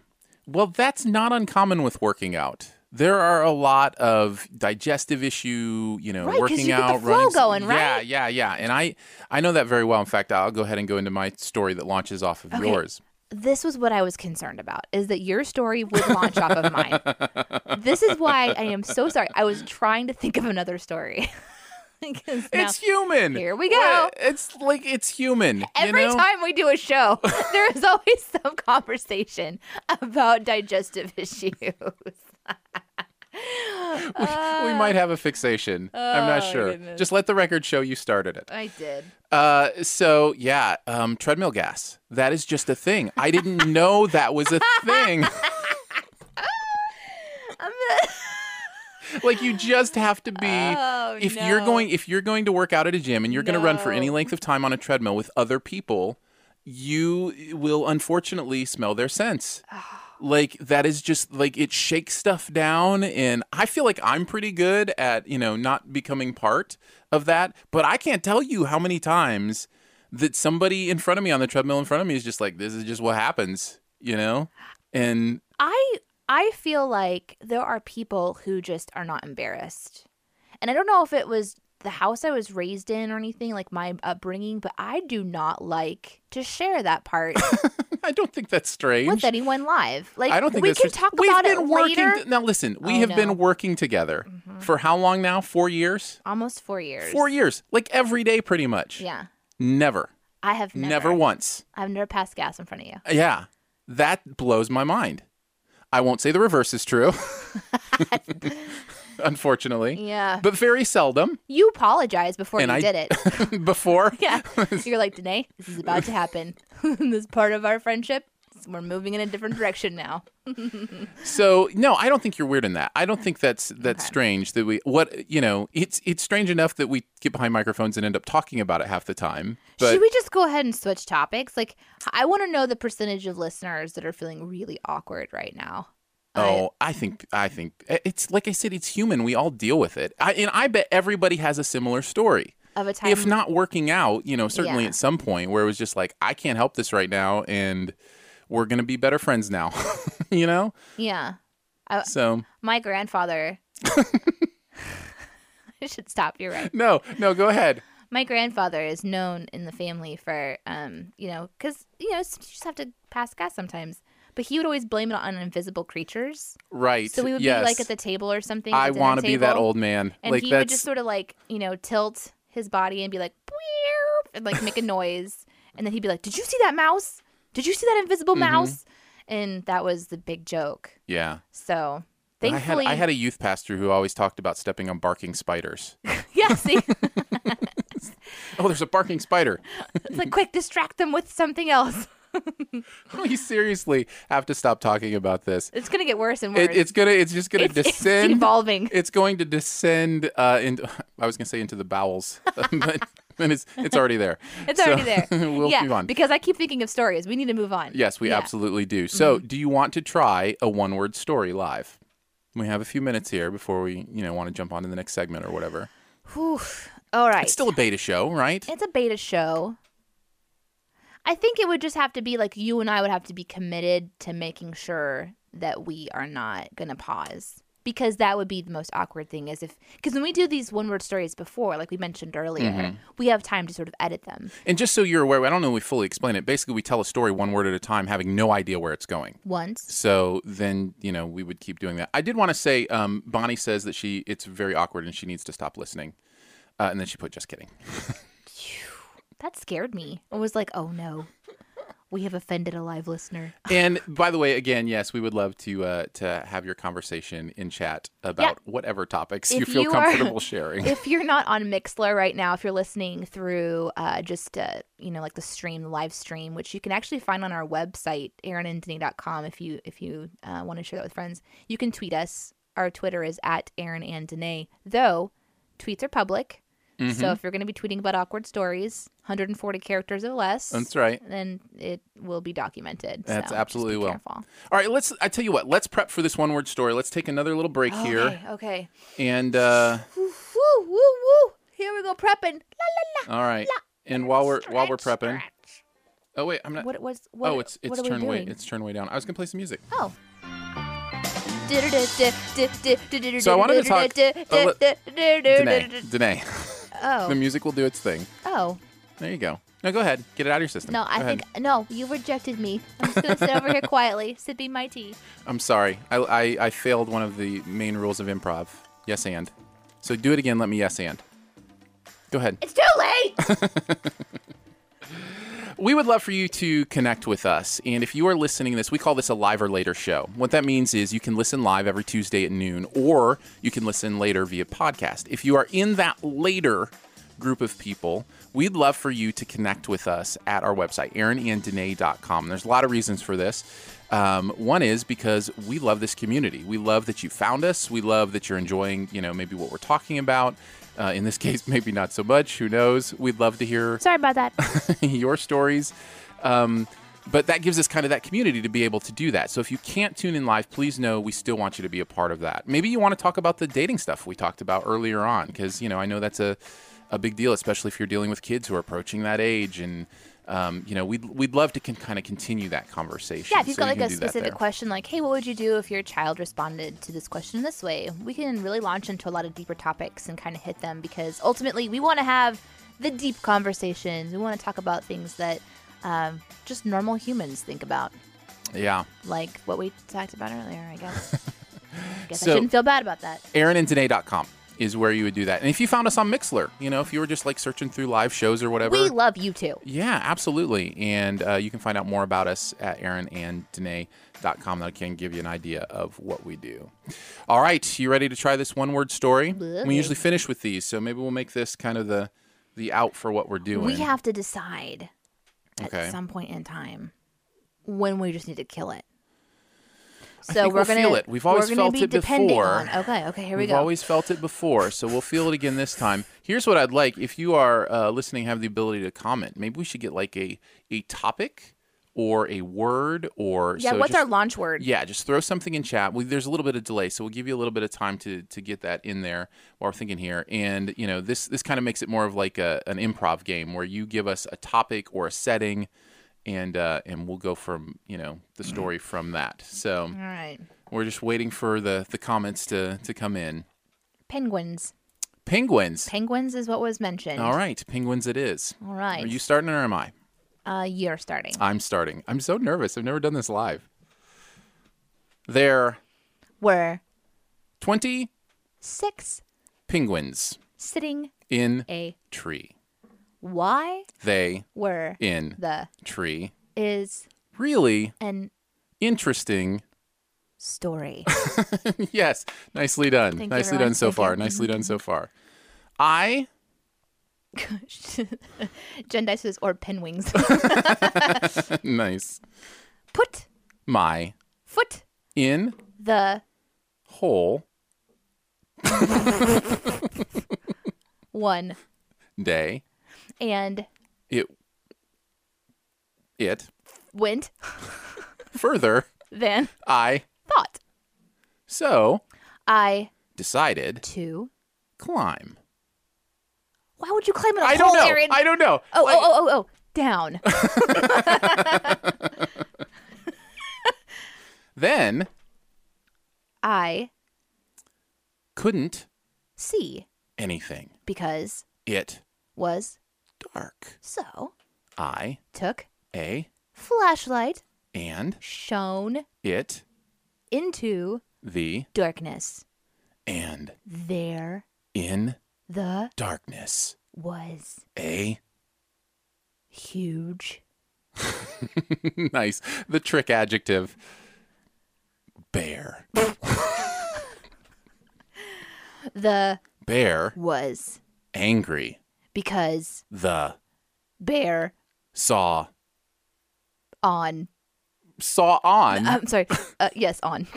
Well, that's not uncommon with working out. There are a lot of digestive issue, you know,
Right, 'cause
working
you get the
out,
flow
running.
going,
Yeah,
right?
yeah, yeah. And I, I know that very well. In fact, I'll go ahead and go into my story that launches off of
Okay.
yours.
this was what I was concerned about is that your story would launch off of
*laughs*
mine. This is why I am so sorry. I was trying to think of another story. *laughs* because now,
It's human.
Here we go.
Well, It's like it's human.
every
you know?
time we do a show, *laughs* there is always some conversation about digestive *laughs* issues. Uh,
we might have a fixation. I'm not
Oh,
sure.
goodness.
Just let the record show you started it.
I did.
Uh, so yeah, um, treadmill gas. That is just a thing. I didn't know that was a thing.
I'm gonna-
like you just have to be
*laughs* Oh,
if you're
no.
going if you're going to work out at a gym and you're going to run for any
No.
length of time on a treadmill with other people you will unfortunately smell their
*sighs*
scents like that is just like it shakes stuff down and i feel like i'm pretty good at you know not becoming part of that but i can't tell you how many times that somebody in front of me on the treadmill in front of me is just like this is just what happens you know and *laughs*
I I feel like there are people who just are not embarrassed. And I don't know if it was the house I was raised in or anything like my upbringing, but I do not like to share that
*laughs*
part
i don't think that's strange
with anyone live. Like
I don't think
we
that's
can
true.
talk
We've
about
been
it
working
later.
now listen, we
Oh,
have
no.
been working together for how long now? 4 years?
Almost four years.
4 years. Like every day pretty much.
Yeah,
Never.
I have never.
Never once.
I've never passed gas in front of you.
Yeah. That blows my mind. I won't say the reverse is
*laughs*
true. Unfortunately.
Yeah,
But very seldom *laughs*
you apologized before
And
you
I-
did
*laughs*
it. *laughs*
before.
yeah, you're like Danae, this is about to happen. *laughs* this part of our friendship, we're moving in a different direction now.
So no, I don't think you're weird in that. I don't think that's that's strange that we what you know, it's it's strange enough that we get behind microphones and end up talking about it half the time. But
Should we just go ahead and switch topics? Like, I want to know the percentage of listeners that are feeling really awkward right now.
Oh, I think I think eh, it's like I said, it's human. We all deal with it, I, and I bet everybody has a similar story.
I, of a time.
if not working out, you know, certainly
Yeah.
at some point where it was just like, I can't help this right now, and we're gonna be better friends now, *laughs* you know.
yeah,
So
my
*laughs*
grandfather. *laughs* I should stop. You're right.
no, no, go ahead.
My grandfather is known in the family for, um, you know, because you know, s- you just have to pass gas sometimes. But he would always blame it on invisible creatures.
Right.
So we would
yes.
be like at the table or something.
I
want to
be that old man.
And
like
he
that's
would just sort of like, you know, tilt his body and be like, "Bweerp," and like make a
*laughs*
noise. And then he'd be like, Did you see that mouse? Did you see that invisible
Mm-hmm.
mouse? And that was the big joke.
yeah.
So
And
thankfully,
I had I had a youth pastor who always talked about stepping on barking spiders.
*laughs*
*laughs*
yeah, see,
oh, there's a
*laughs*
barking spider.
it's like quick, distract them with something else. *laughs*
We Oh, seriously have to stop talking about this.
It's gonna get worse and worse.
It, it's gonna. It's just gonna
It's- it's
descend. *laughs*
evolving.
It's going to descend. Uh, into, *laughs* I was gonna say into the bowels, *laughs* but, but it's it's already there.
*laughs* It's
So,
already there.
*laughs* we'll
yeah,
move on.
because I keep thinking of stories. We need to move on.
Yes, we
Yeah. Mm-hmm.
absolutely do. So, do you want to try a one-word story live? We have a few minutes here before we, you know, want to jump on to the next segment or whatever.
Whew. All right.
It's still a beta show, right?
It's a beta show. I think it would just have to be like you and I would have to be committed to making sure that we are not going to pause because that would be the most awkward thing is if because when we do these one word stories before like we mentioned earlier we have time to sort of edit them
And just so you're aware, I don't know if we fully explain it. Basically, we tell a story one word at a time, having no idea where it's going.
once
So then, you know, we would keep doing that. I did want to say, um, Bonnie says that she it's very awkward and she needs to stop listening. Uh, and then she put,
*laughs*
"Just kidding."
that scared me i was like oh no we have offended a live listener
And by the way, again, yes, we would love to uh, to have your conversation in chat about whatever topics you
If
feel
you are- *laughs*
comfortable sharing.
if you're not on Mixler right now, if you're listening through uh, just uh, you know like the stream the live stream, which you can actually find on our website aaronanddenny.com if you if you uh, want to share that with friends, you can tweet us. Our Twitter is at Aaron and Danae. Though tweets are public,
Mm-hmm.
so if you're going to be tweeting about awkward stories, 140 characters or less,
That's right.
then it will be documented. So
That's
just
absolutely
be
will.
careful.
All right, let's. I tell you what. Let's prep for this one-word story. Let's take another little break here,
Okay. Okay.
and uh,
Woo woo woo woo. Here we go prepping. La la la.
all right. And Uh, while we're while we're
Stretch,
prepping.
stretch.
Oh wait, I'm not.
What was what?
oh, it's
what
it's
are we
turn way
doing?
it's turn way down. I was gonna play
*laughs*
some music.
Oh.
So I wanted to talk- Oh, look. Danae,
Oh.
Danae, *laughs* the music will do its thing.
Oh.
There you go. No, go ahead. Get it out of your system.
No,
Go
I
ahead.
think no, you rejected me. I'm just gonna sit over here quietly, sipping my tea.
I'm sorry. I, I I failed one of the main rules of improv. Yes and. So do it again. Let me yes and. Go ahead.
It's too late.
We would love for you to connect with us. And if you are listening to this, we call this a live or later show. What that means is you can listen live every Tuesday at noon, or you can listen later via podcast. If you are in that later group of people, we'd love for you to connect with us at our website, aaronanddanae.com. There's a lot of reasons for this. Um, one is because we love this community. We love that you found us. We love that you're enjoying, you know, maybe what we're talking about. Uh, in this *laughs* case, maybe not so much. Who knows? We'd love to hear
Sorry about that.
*laughs* your stories. Um, but that gives us kind of that community to be able to do that. So if you can't tune in live, please know we still want you to be a part of that. Maybe you want to talk about the dating stuff we talked about earlier on, because you know I know that's a a big deal, especially if you're dealing with kids who are approaching that age. And um, you know we'd we'd love to con- kind of continue that conversation.
Yeah, if you've
So
got
you
like
can
a
do that
specific
there.
question, like, hey, what would you do if your child responded to this question this way? We can really launch into a lot of deeper topics and kind of hit them because ultimately we want to have the deep conversations. We want to talk about things that um, just normal humans think about,
yeah.
like what we talked about earlier, I
*laughs*
guess. guess
So-
I shouldn't feel bad about that.
AaronandDanae.com is where you would do that. And if you found us on Mixler, you know, if you were just like searching through live shows or whatever,
We love you too.
Yeah, absolutely. And uh, you can find out more about us at aaronanddanae.com. That can give you an idea of what we do. All right, you ready to try this one word story? We
Okay.
usually finish with these, so maybe we'll make this kind of the the out for what we're doing.
We have to decide
Okay.
at some point in time when we just need to kill it. So
think
we're
we'll
gonna
feel it. We've always
we're gonna
felt
be
it
depending
before.
On. Okay, okay, here we
We've
go.
always felt it before, so we'll feel it again this time. Here's what I'd like: if you are uh, listening, have the ability to comment. Maybe we should get like a a topic or a word or
yeah,
so
what's
just-
our launch word?
Yeah, just throw something in chat. We, there's a little bit of delay, so we'll give you a little bit of time to to get that in there while we're thinking here. And you know, this this kind of makes it more of like a, an improv game where you give us a topic or a setting, and uh, and we'll go from you know the story from that. So
All right,
we're just waiting for the the comments to to come in.
penguins.
Penguins.
Penguins is what was mentioned.
All right, penguins. It is.
All right.
Are you starting or am I?
Uh, you're starting.
I'm starting. I'm so nervous. I've never done this live. There
were
20
six
penguins
sitting
in
a
tree.
why
They
were
in
the
tree.
is
Really
an
interesting. *laughs*
story. *laughs*
yes, nicely done.
Thank you,
nicely
everyone.
done so
Thank
far.
you.
Nicely done so far. I *laughs*
Jen Dice says, or pen wings. *laughs*
nice
Put
my
foot
in
the
hole
one
day.
and
It it
went
further.
than
I
thought.
so
I
decided
too.
climb.
Why would you climb in a
I
hole,
don't know.
Aaron?
I don't know.
oh,
Like-
oh, oh, oh, oh, down. *laughs*
Then
I
couldn't
see
anything.
because
It
was
dark.
so
I
took
a
flashlight
and
shone
it
into
the
darkness.
and
There
in
the
darkness eh?
was
a
huge
*laughs* nice the trick adjective bear
the
bear
was
angry
because
the
bear
saw
on *laughs*
saw on
I'm sorry. Uh, yes, on.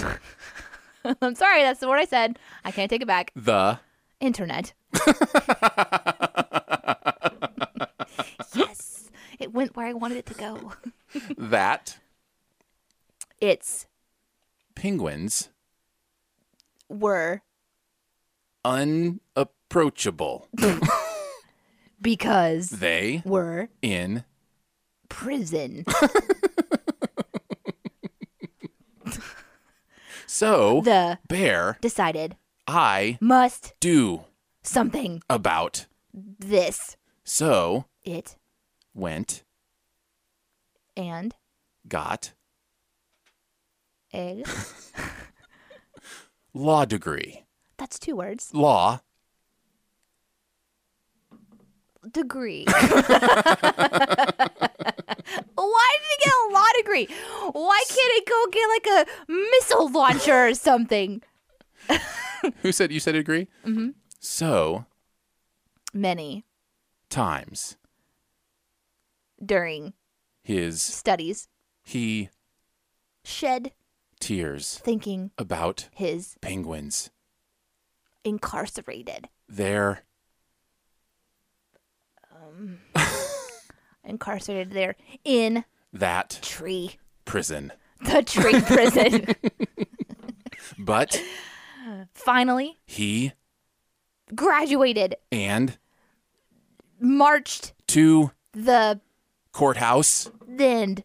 *laughs* I'm sorry. That's the word I said. I can't take it back.
the
*laughs* Internet. yes, it went where I wanted it to go.
that
It's
penguins
were
unapproachable
because
they
were
in
prison.
so
The
bear
decided
i
must
do
something
about
this
so
it
went
and
got
a
law degree
that's two words
law
*laughs* degree. Why did it get a law degree? Why can't it go get like a missile launcher or something?
who said you said agree mm-hmm. so
Many
times
during
his
studies
he
shed
tears
thinking
about
his
penguins
incarcerated
their
incarcerated there in
that
tree
prison
the
*laughs*
tree prison.
but
Finally
he
graduated,
and
marched
to
the
courthouse
then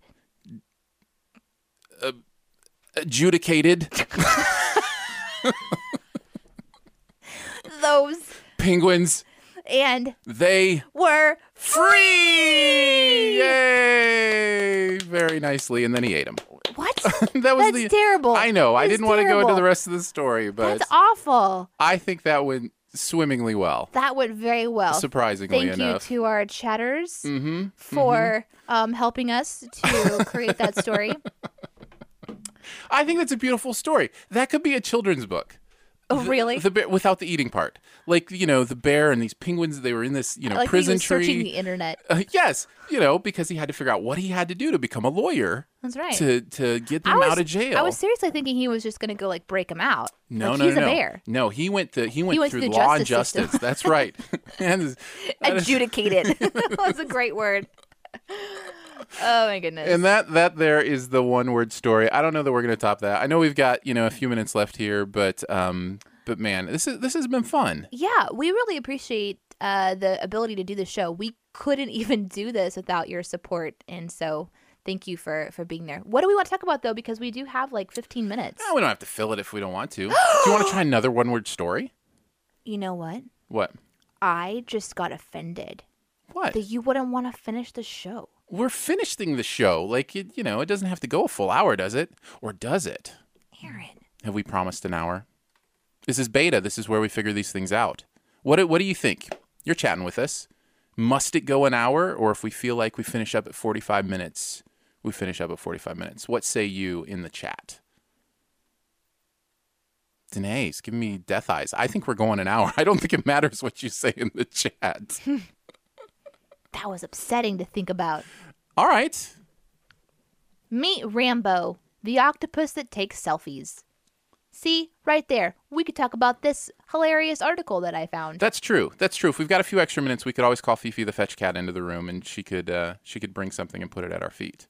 adjudicated
those
penguins
and
they
were
free yay very nicely and then he ate them
what?
*laughs* that was
That's
the
terrible.
i know i
That's
didn't want to go into
terrible.
the rest of the story but
That's awful.
i think that went swimmingly well
That went very well.
surprisingly
Thank
enough
you to our chatters
mm-hmm
for um, helping us to create that story.
*laughs* I think that's a beautiful story. That could be a children's book.
Oh,
The-
really?
The bear, without the eating part, like you know, the bear and these penguins. They were in this, you know,
I like that he
prison
was searching the
tree.
internet.
Uh, yes, you know, because he had to figure out what he had to do to become a lawyer
That's right.
to to get them out of jail.
I was seriously thinking he was just going to go like break him out.
no,
like,
no,
he's
no,
a
*laughs*
bear.
no. He went to he went,
went
through
through the
law
justice
and
system.
justice.
*laughs*
That's right. *laughs* and, *laughs*
Adjudicated. *laughs* that was a great word. Oh my goodness.
and that that there is the one word story. I don't know that we're going to top that. I know we've got you know a few minutes left here, but um, but man, this is this has been fun.
yeah, we really appreciate uh, the ability to do the show. We couldn't *laughs* even do this without your support, and so thank you for for being there. What do we want to talk about though? Because we do have like 15 minutes.
No, we don't have to fill it if we don't want to. Do you want to try another one word story?
You know what?
What?
I just got offended
What?
that you wouldn't want to finish the show.
We're finishing the show. Like, it, you know, it doesn't have to go a full hour, does it? Or does it?
Aaron.
Have we promised an hour? This is beta. This is where we figure these things out. What do- what do you think? You're chatting with us. Must it go an hour or if we feel like we finish up at 45 minutes, we finish up at 45 minutes. What say you in the chat? Danae's giving me death eyes. I think we're going an hour. *laughs* I don't think it matters what you say in the chat.
That was upsetting to think about.
All right.
Meet Rambo, the octopus that takes selfies. See, right there, we could talk about this hilarious article that I found.
That's true. That's true. If we've got a few extra minutes, we could always call Fifi the fetch cat into the room, and she could uh, she could bring something and put it at our feet.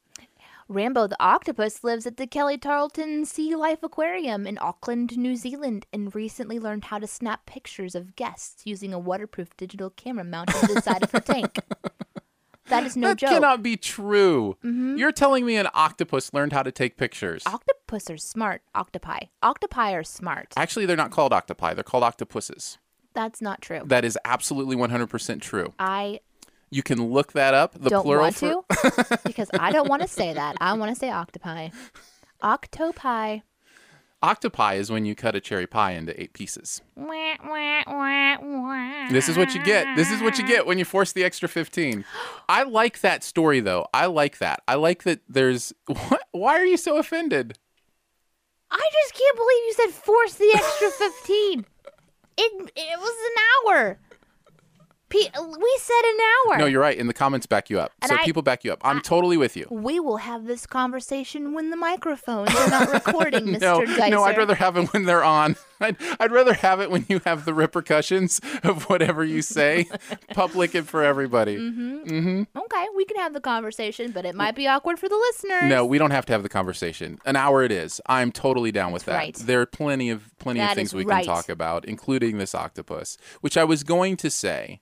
Rambo the octopus lives at the Kelly Tarleton Sea Life Aquarium in Auckland, New Zealand, and recently learned how to snap pictures of guests using a waterproof digital camera mounted to the side of her tank. That is no
that
joke. Mm-hmm.
cannot be true. You're telling me an octopus learned how to take pictures?
Octopus are smart. Octopi. Octopi are smart.
Actually, they're not called octopi. They're called octopuses.
That's not true.
That is absolutely 100% true.
I
You can look that up. The
don't
plural
want
for-
to because I don't want to say that. I want to say octopi. Octopi.
octopi is when you cut a cherry pie into eight pieces.
Wah, wah, wah, wah.
This is what you get. This is what you get when you force the extra 15. I like that story though. I like that. I like that there's *laughs* what? why are you so offended?
I just can't believe you said force the extra 15. it, it was an hour. Pe- we said an hour.
No, you're right. And the comments back you up.
And
so
I-
people back you up. I'm totally with you.
We will have this conversation when the microphones are not recording, Mr.
*laughs* No,
Geiser.
no, I'd rather have it when they're on. *laughs* I'd, I'd rather have it when you have the repercussions of whatever
*laughs*
you say, public and for
Mm-hmm.
everybody.
Okay, we can have the conversation, but it might be awkward for the listeners.
No, we don't have to have the conversation. An hour it is. I'm totally down with that.
right.
There are plenty of plenty of
That
things
is
we
right.
can talk about, including this octopus, which I was going to say.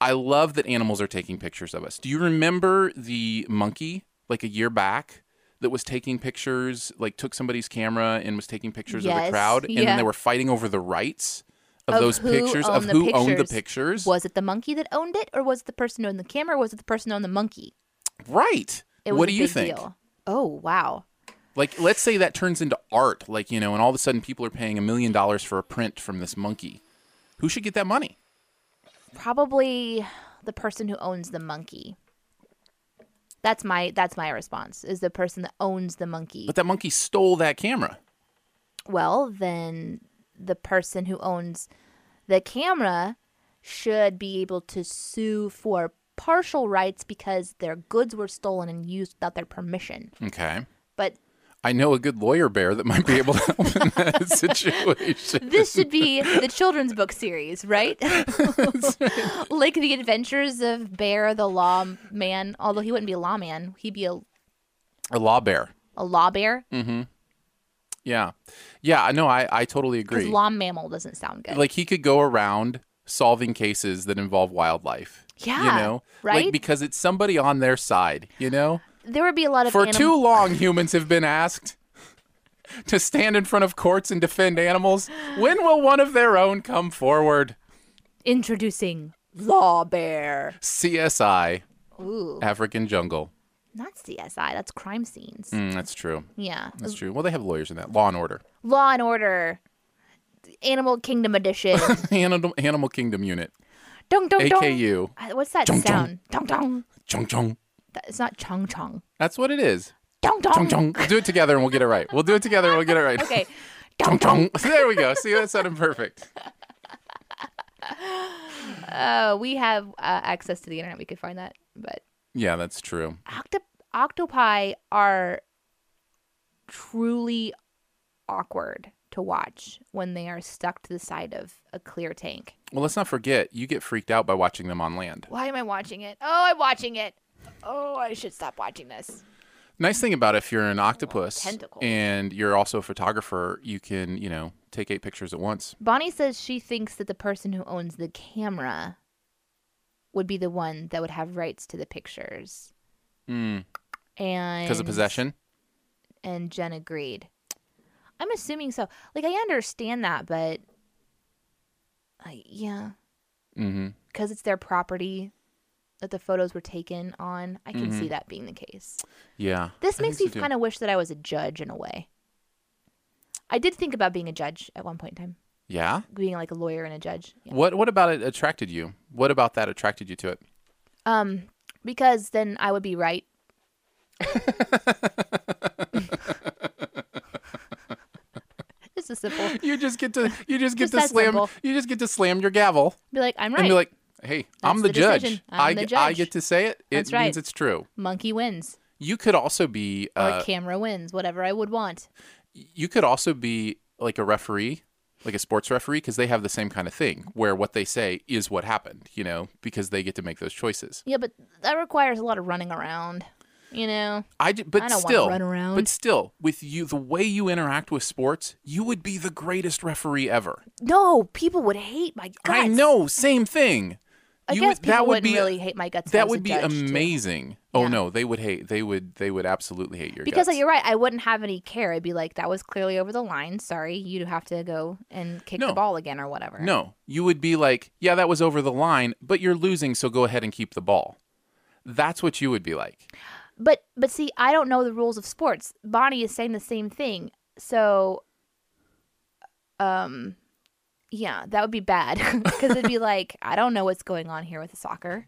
I love that animals are taking pictures of us. Do you remember the monkey like a year back that was taking pictures, like took somebody's camera and was taking pictures of the
Yes,
crowd and
yeah.
then they were fighting over the rights of,
Of
those
who
pictures of
owned the
who owned the
pictures.
pictures?
Was it the monkey that owned it, or was it the person who owned the camera, or was it the person who owned the monkey?
Right.
It was
what
a
do you
big
think?
deal. Oh wow!
Like, let's say that turns into art, like, you know, and all of a sudden people are paying a million dollars for a print from this monkey. Who should get that money?
Probably the person who owns the monkey. That's my that's my response. Is the person that owns the monkey?
But that monkey stole that camera.
well, then the person who owns the camera should be able to sue for partial rights because their goods were stolen and used without their permission.
Okay.
But
I know a good lawyer bear that might be able to *laughs* help in that situation.
this should be the children's book series, right? *laughs* like the adventures of Bear the Law Man, although he wouldn't be a lawman, he'd be a,
A law bear.
a law bear
Mm-hmm. Yeah. Yeah, I know. I, I totally
because
agree.
law mammal doesn't sound good.
like, he could go around solving cases that involve wildlife. You
Yeah,
know? Like,
right?
because it's somebody on their side, you know?
there would be a lot of
For
anim-
too long, humans have been asked to stand in front of courts and defend animals. When will one of their own come forward?
introducing law bear.
CSI,
Ooh,
African Jungle.
not CSI. That's crime scenes.
Mm, that's true.
Yeah,
That's true. Well, they have lawyers in that. Law and Order, *laughs*
Law and Order, Animal Kingdom
*laughs*
edition.
Animal, Animal Kingdom Unit,
dung dung dung.
AKU,
Uh, What's that
Chung, chung.
sound? Dung dung.
Chung Chung.
That- It's not chung chung.
That's what it is.
Dung
Chung
dung.
Chung. We'll do it together and we'll get it right. We'll do it together and we'll get it right.
Oh. Okay.
Chung Chung. *laughs* There we go. See, that sounded perfect.
Uh, we have uh, access to the internet. We could find that. But
Yeah, that's true.
octop- octopi are truly awkward to watch when they are stuck to the side of a clear tank.
Well, let's not forget, you get freaked out by watching them on land.
Why am I watching it? Oh, I'm watching it. Oh, I should stop watching this.
Nice thing about if you're an octopus
tentacles.
and you're also a photographer, you can, you know, take eight pictures at once.
Bonnie says she thinks that the person who owns the camera would be the one that would have rights to the pictures.
Because
And
Hmm. of possession?
and Jen agreed. I'm assuming so. Like I understand that, but I yeah,
Mm-hmm.
because it's their property that the photos were taken on. I can see that being the case.
Yeah.
This
Mm-hmm. I
makes me
think so, too.
kind of wish that I was a judge in a way. I did think about being a judge at one point in time,
Yeah.
being like a lawyer and a judge. Yeah.
What What about it attracted you? What about that attracted you to it? *laughs*
Um, because then I would be right. *laughs* It's a simple.
You just get to you just get
Just
to
that
slam
simple.
you just get to slam your gavel
Be like, I'm right.
and be like, "Hey, I'm
That's
the,
the
judge.
decision. I'm
I
the
ge- I
judge."
get to say it. It
That's right.
means it's true."
Monkey wins
You could also be
or
uh,
camera wins, whatever I would want.
you could also be like a referee, like a sports referee because they have the same kind of thing where what they say is what happened, you know, because they get to make those choices.
Yeah, but that requires a lot of running around. You know,
I j- but
I don't wanna
still
run around.
but still with you the way you interact with sports, you would be the greatest referee ever.
no people would hate my guts.
I know, same thing.
I
You
guess
would-
people
that would
wouldn't
be
really hate my guts. if I
that
was a
would be
judge, too.
amazing. Oh
Yeah.
no, they would hate. They would. They would absolutely hate your
Because like,
guts.
you're right, I wouldn't have any care. I'd be like, that was clearly over the line. Sorry, you'd have to go and kick
No.
the ball again or whatever.
no, you would be like, yeah, that was over the line, but you're losing, so go ahead and keep the ball. That's what you would be like.
But but see, I don't know the rules of sports. Bonnie is saying the same thing. So um yeah, that would be bad *laughs* cuz it'd be like, I don't know what's going on here with the soccer.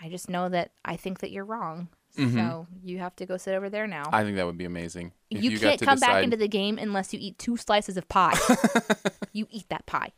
I just know that I think that you're wrong. So you have to go sit over there now.
I think that would be amazing. If
you,
got
can't
to
come
decide,
back into the game unless you eat two slices of
*laughs*
pie. you eat that pie.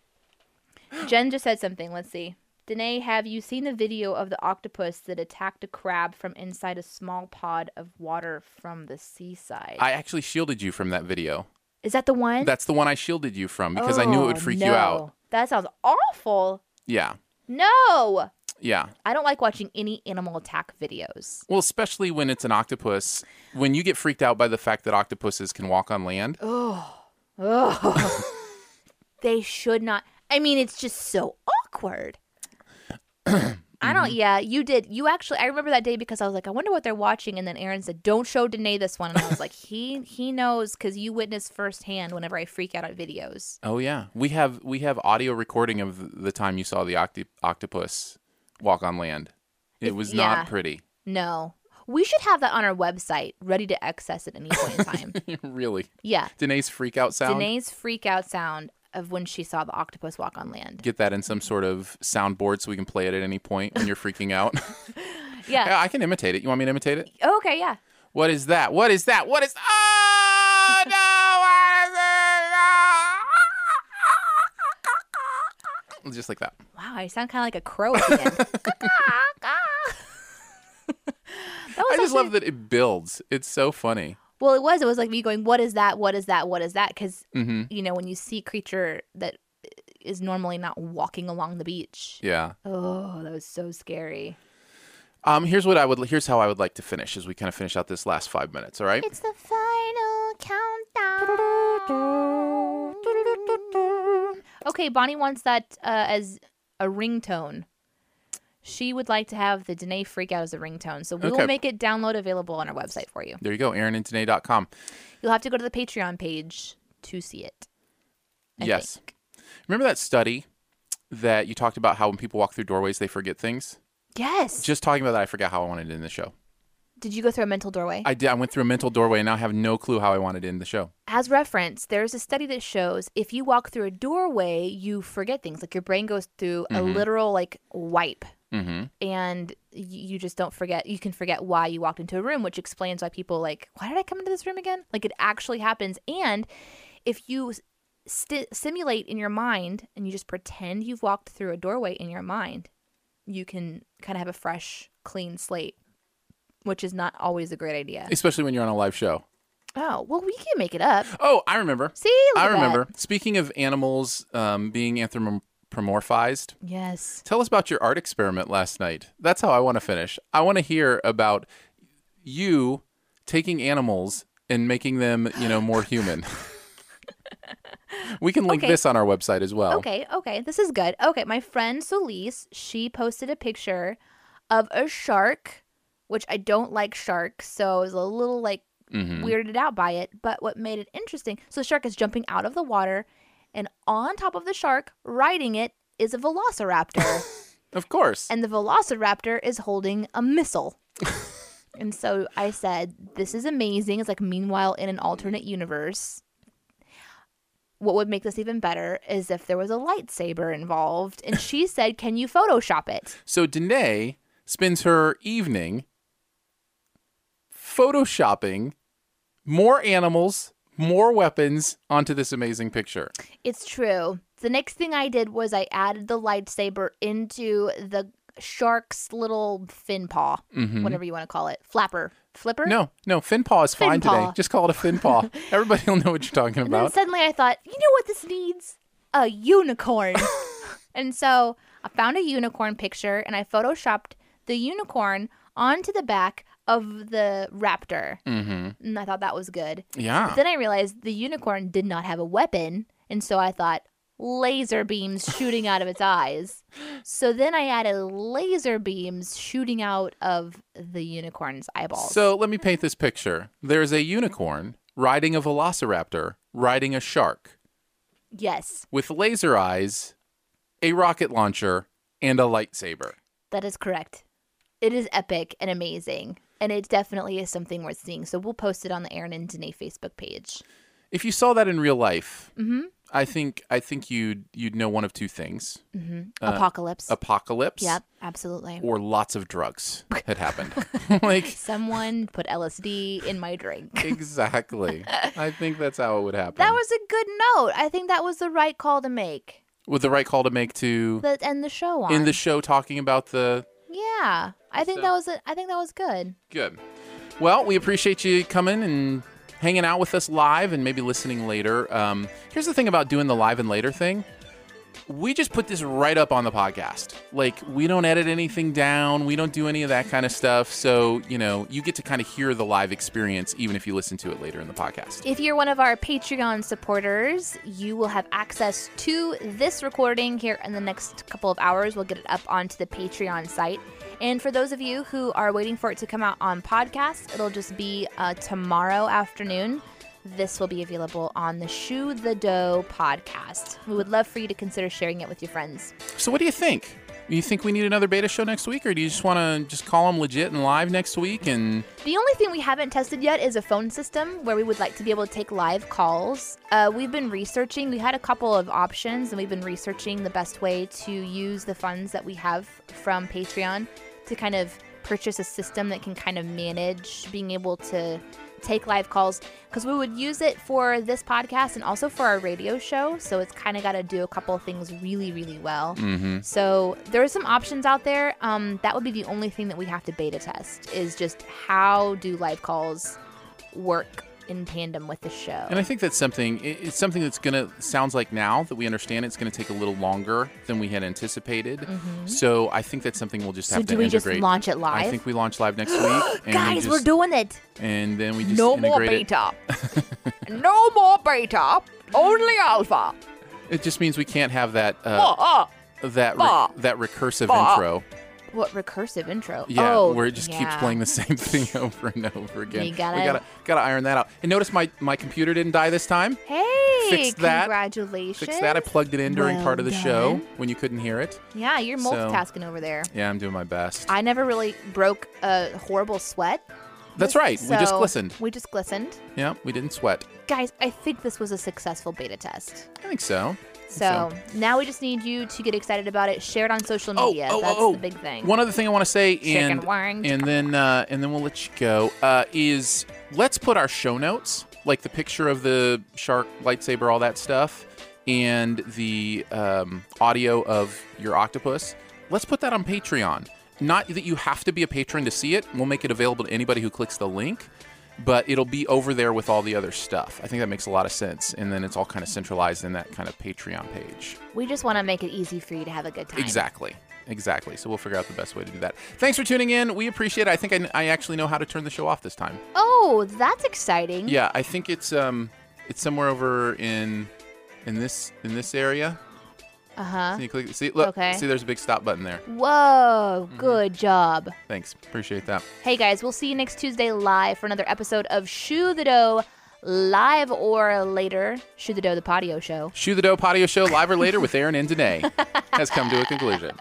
Jen just said something. Let's see. Danae, have you seen the video of the octopus that attacked a crab from inside a small pod of water from the seaside?
I actually shielded you from that video.
Is that the one?
That's the one I shielded you from because I knew it would
Oh,
freak
no.
you out.
That sounds awful.
Yeah,
No.
yeah.
I don't like watching any animal attack videos.
Well, especially when it's an octopus. When you get freaked out by the fact that octopuses can walk on land,
Oh. Ugh. they should not. I mean, it's just so awkward. I don't. Yeah, you did. You actually. I remember that day because I was like, I wonder what they're watching. And then Aaron said, "Don't show Danae this one." And I was like, "He he knows because you witness firsthand whenever I freak out at videos."
Oh yeah, we have we have audio recording of the time you saw the octi- octopus walk on land. It
It-
was
yeah.
not pretty, *laughs*
No, we should have that on our website, ready to access at any point in time. *laughs*
really.
yeah,
Danae's freak out sound.
Danae's freak out sound of when she saw the octopus walk on
*laughs*
land.
Get that in some sort of soundboard so we can play it at any point when you're
*laughs*
freaking out. *laughs*
Yeah.
I can imitate it. You want me to imitate it?
okay. Yeah.
What is that? What is that? What is? Oh no! What is it? *laughs* Just like that.
Wow, I sound kind of like a crow at
*laughs*
the end. *laughs* that was
I just
actually-
love that it builds. It's so funny.
Well, it was. It was like me going, "What is that? What is that? What is that?" Because
hmm
you know, when you see creature that is normally not walking along the beach.
Yeah.
Oh, that was so scary.
Um, here's what I would. Here's how I would like to finish as we kind of finish out this last five minutes. All right.
It's the final countdown.
Okay, Bonnie wants that uh, as a ringtone. She would like to have the Danae freak out as a ringtone, so we
Okay.
will make it download available on our website for you.
There you go. AaronandDanae.com.
You'll have to go to the Patreon page to see it. I
Yes.
think.
Remember that study that you talked about how when people walk through doorways they forget things.
Yes.
Just talking about that, I forgot how I wanted to end the show.
Did you go through a mental doorway?
I did. I went through a mental doorway and now I have no clue how I wanted to end the show.
As reference, there's a study that shows if you walk through a doorway, you forget things. Like your brain goes through a literal like wipe,
Mm-hmm.
and y- you just don't forget. You can forget why you walked into a room, which explains why people like, why did I come into this room again? Like it actually happens. And if you st- simulate in your mind and you just pretend you've walked through a doorway in your mind, you can kind of have a fresh, clean slate, which is not always a great idea.
Especially when you're on a live show.
Oh well, we can make it up.
Oh, I remember.
See, look
I
at that.
remember. Speaking of animals um, being anthropomorphized,
Yes.
Tell us about your art experiment last night. That's how I want to finish. I want to hear about you taking animals and making them, you know, more human. we can link
Okay.
this on our website as well.
Okay, okay. This is good. Okay, my friend Solis, she posted a picture of a shark, which I don't like sharks, so I was a little like
Mhm.
weirded out by it. But what made it interesting, so the shark is jumping out of the water, and on top of the shark, riding it, is a velociraptor.
Of course.
and the velociraptor is holding a missile. and so I said, This is amazing. It's like, meanwhile, in an alternate universe. what would make this even better is if there was a lightsaber involved. And she said, Can you Photoshop it?
So Danae spends her evening photoshopping more animals, more weapons onto this amazing picture.
It's true. The next thing I did was I added the lightsaber into the shark's little fin paw, whatever you want to call it. Flapper. Flipper?
No, no, fin paw is
Fin
fine
paw.
today. Just call it a fin
*laughs*
paw. Everybody will know what you're talking
And then
about.
suddenly I thought, you know what this needs? A
*laughs*
unicorn. and so I found a unicorn picture and I photoshopped the unicorn onto the back of the raptor.
Mm-hmm.
And I thought that was good.
Yeah.
Then I realized the unicorn did not have a weapon, and so I thought laser beams shooting out of its eyes. So then I added laser beams shooting out of the unicorn's eyeballs.
So let me paint this picture. There's a unicorn riding a velociraptor, riding a shark,
yes,
with laser eyes, a rocket launcher, and a lightsaber.
that is correct. It is epic and amazing. And it definitely is something worth seeing. So we'll post it on the Aaron and Danae Facebook page.
If you saw that in real life,
Mm-hmm.
I think I think you'd you'd know one of two things: Uh,
Apocalypse.
apocalypse,
yep, absolutely.
or lots
*laughs*
of drugs had happened. like
Someone put LSD in my
*laughs*
drink.
exactly, I think that's how it would happen.
That was a good note. I think that was the right call to make.
with the right call to make to
Let's end the show on.
in the show talking about the
Yeah, I think that was a, I think that was good.
Good. Well, we appreciate you coming and hanging out with us live and maybe listening later. Um, here's the thing about doing the live and later thing. We just put this right up on the podcast. Like, we don't edit anything down. We don't do any of that kind of stuff. So, you know, you get to kind of hear the live experience, even if you listen to it later in the podcast.
If you're one of our Patreon supporters, you will have access to this recording here in the next couple of hours. We'll get it up onto the Patreon site. And for those of you who are waiting for it to come out on podcast, it'll just be uh, tomorrow afternoon. This will be available on the Shoe the Dough podcast. We would love for you to consider sharing it with your friends.
So, what do you think? You think we need another beta show next week, or do you just want to just call them legit and live next week? And
The only thing we haven't tested yet is a phone system where we would like to be able to take live calls. Uh, we've been researching, we had a couple of options, and we've been researching the best way to use the funds that we have from Patreon to kind of purchase a system that can kind of manage being able to take live calls because we would use it for this podcast and also for our radio show. So it's kind of got to do a couple of things really, really well.
Mm-hmm.
So there are some options out there. Um, that would be the only thing that we have to beta test is just how do live calls work in tandem with the show.
And I think that's something. it- It's something that's gonna sounds like now that we understand it's gonna take a little longer than we had anticipated. So I think that's something we'll just
Mm-hmm. So
have to
do we just
integrate.
launch it live?
I think we launch
*gasps*
live next week. and
Guys,
we just,
we're doing it.
And then we just
No more
integrate it.
beta.
*laughs*
no more beta. Only alpha.
It just means we can't have that uh,
Uh,
that
Bah.
that recursive
Bah.
intro.
what recursive intro?
Yeah,
oh,
where it just keeps
yeah.
playing the same *laughs* thing over and over again.
We gotta-
we gotta gotta iron that out. And notice my my computer didn't die this time.
Hey,
Fix that.
congratulations.
Fix that. I plugged it in during
Well
part of the show
done.
when you couldn't hear it.
yeah, you're
So-
multitasking over there.
Yeah, I'm doing my best.
I never really broke a horrible sweat.
That's right. we just
so
listened.
We just glistened.
Yeah, we didn't sweat.
Guys, I think this was a successful beta test.
I think so.
So now we just need you to get excited about it. Share it on social
Oh,
media. That's the big thing.
One other thing I want to say,
Chicken
and
wing.
and then uh, and then we'll let you go. Uh, is let's put our show notes, like the picture of the shark lightsaber, all that stuff, and the um, audio of your octopus. Let's put that on Patreon. Not that you have to be a patron to see it. We'll make it available to anybody who clicks the link, but it'll be over there with all the other stuff. I think that makes a lot of sense, and then it's all kind of centralized in that kind of Patreon page.
we just want to make it easy for you to have a good time.
Exactly. Exactly. So we'll figure out the best way to do that. Thanks for tuning in. We appreciate it. I think I, I actually know how to turn the show off this time.
Oh, that's exciting.
Yeah, I think it's um it's somewhere over in in this in this area.
Uh huh.
Can you click see look
Okay.
see there's a big stop button there.
Whoa,
Mm-hmm.
good job.
Thanks. Appreciate that.
Hey guys, we'll see you next Tuesday live for another episode of Shoe the Dough, live or later. Shoe the Dough, the patio show.
Shoe the Dough Patio Show live or later with Aaron and Danae has come to a conclusion.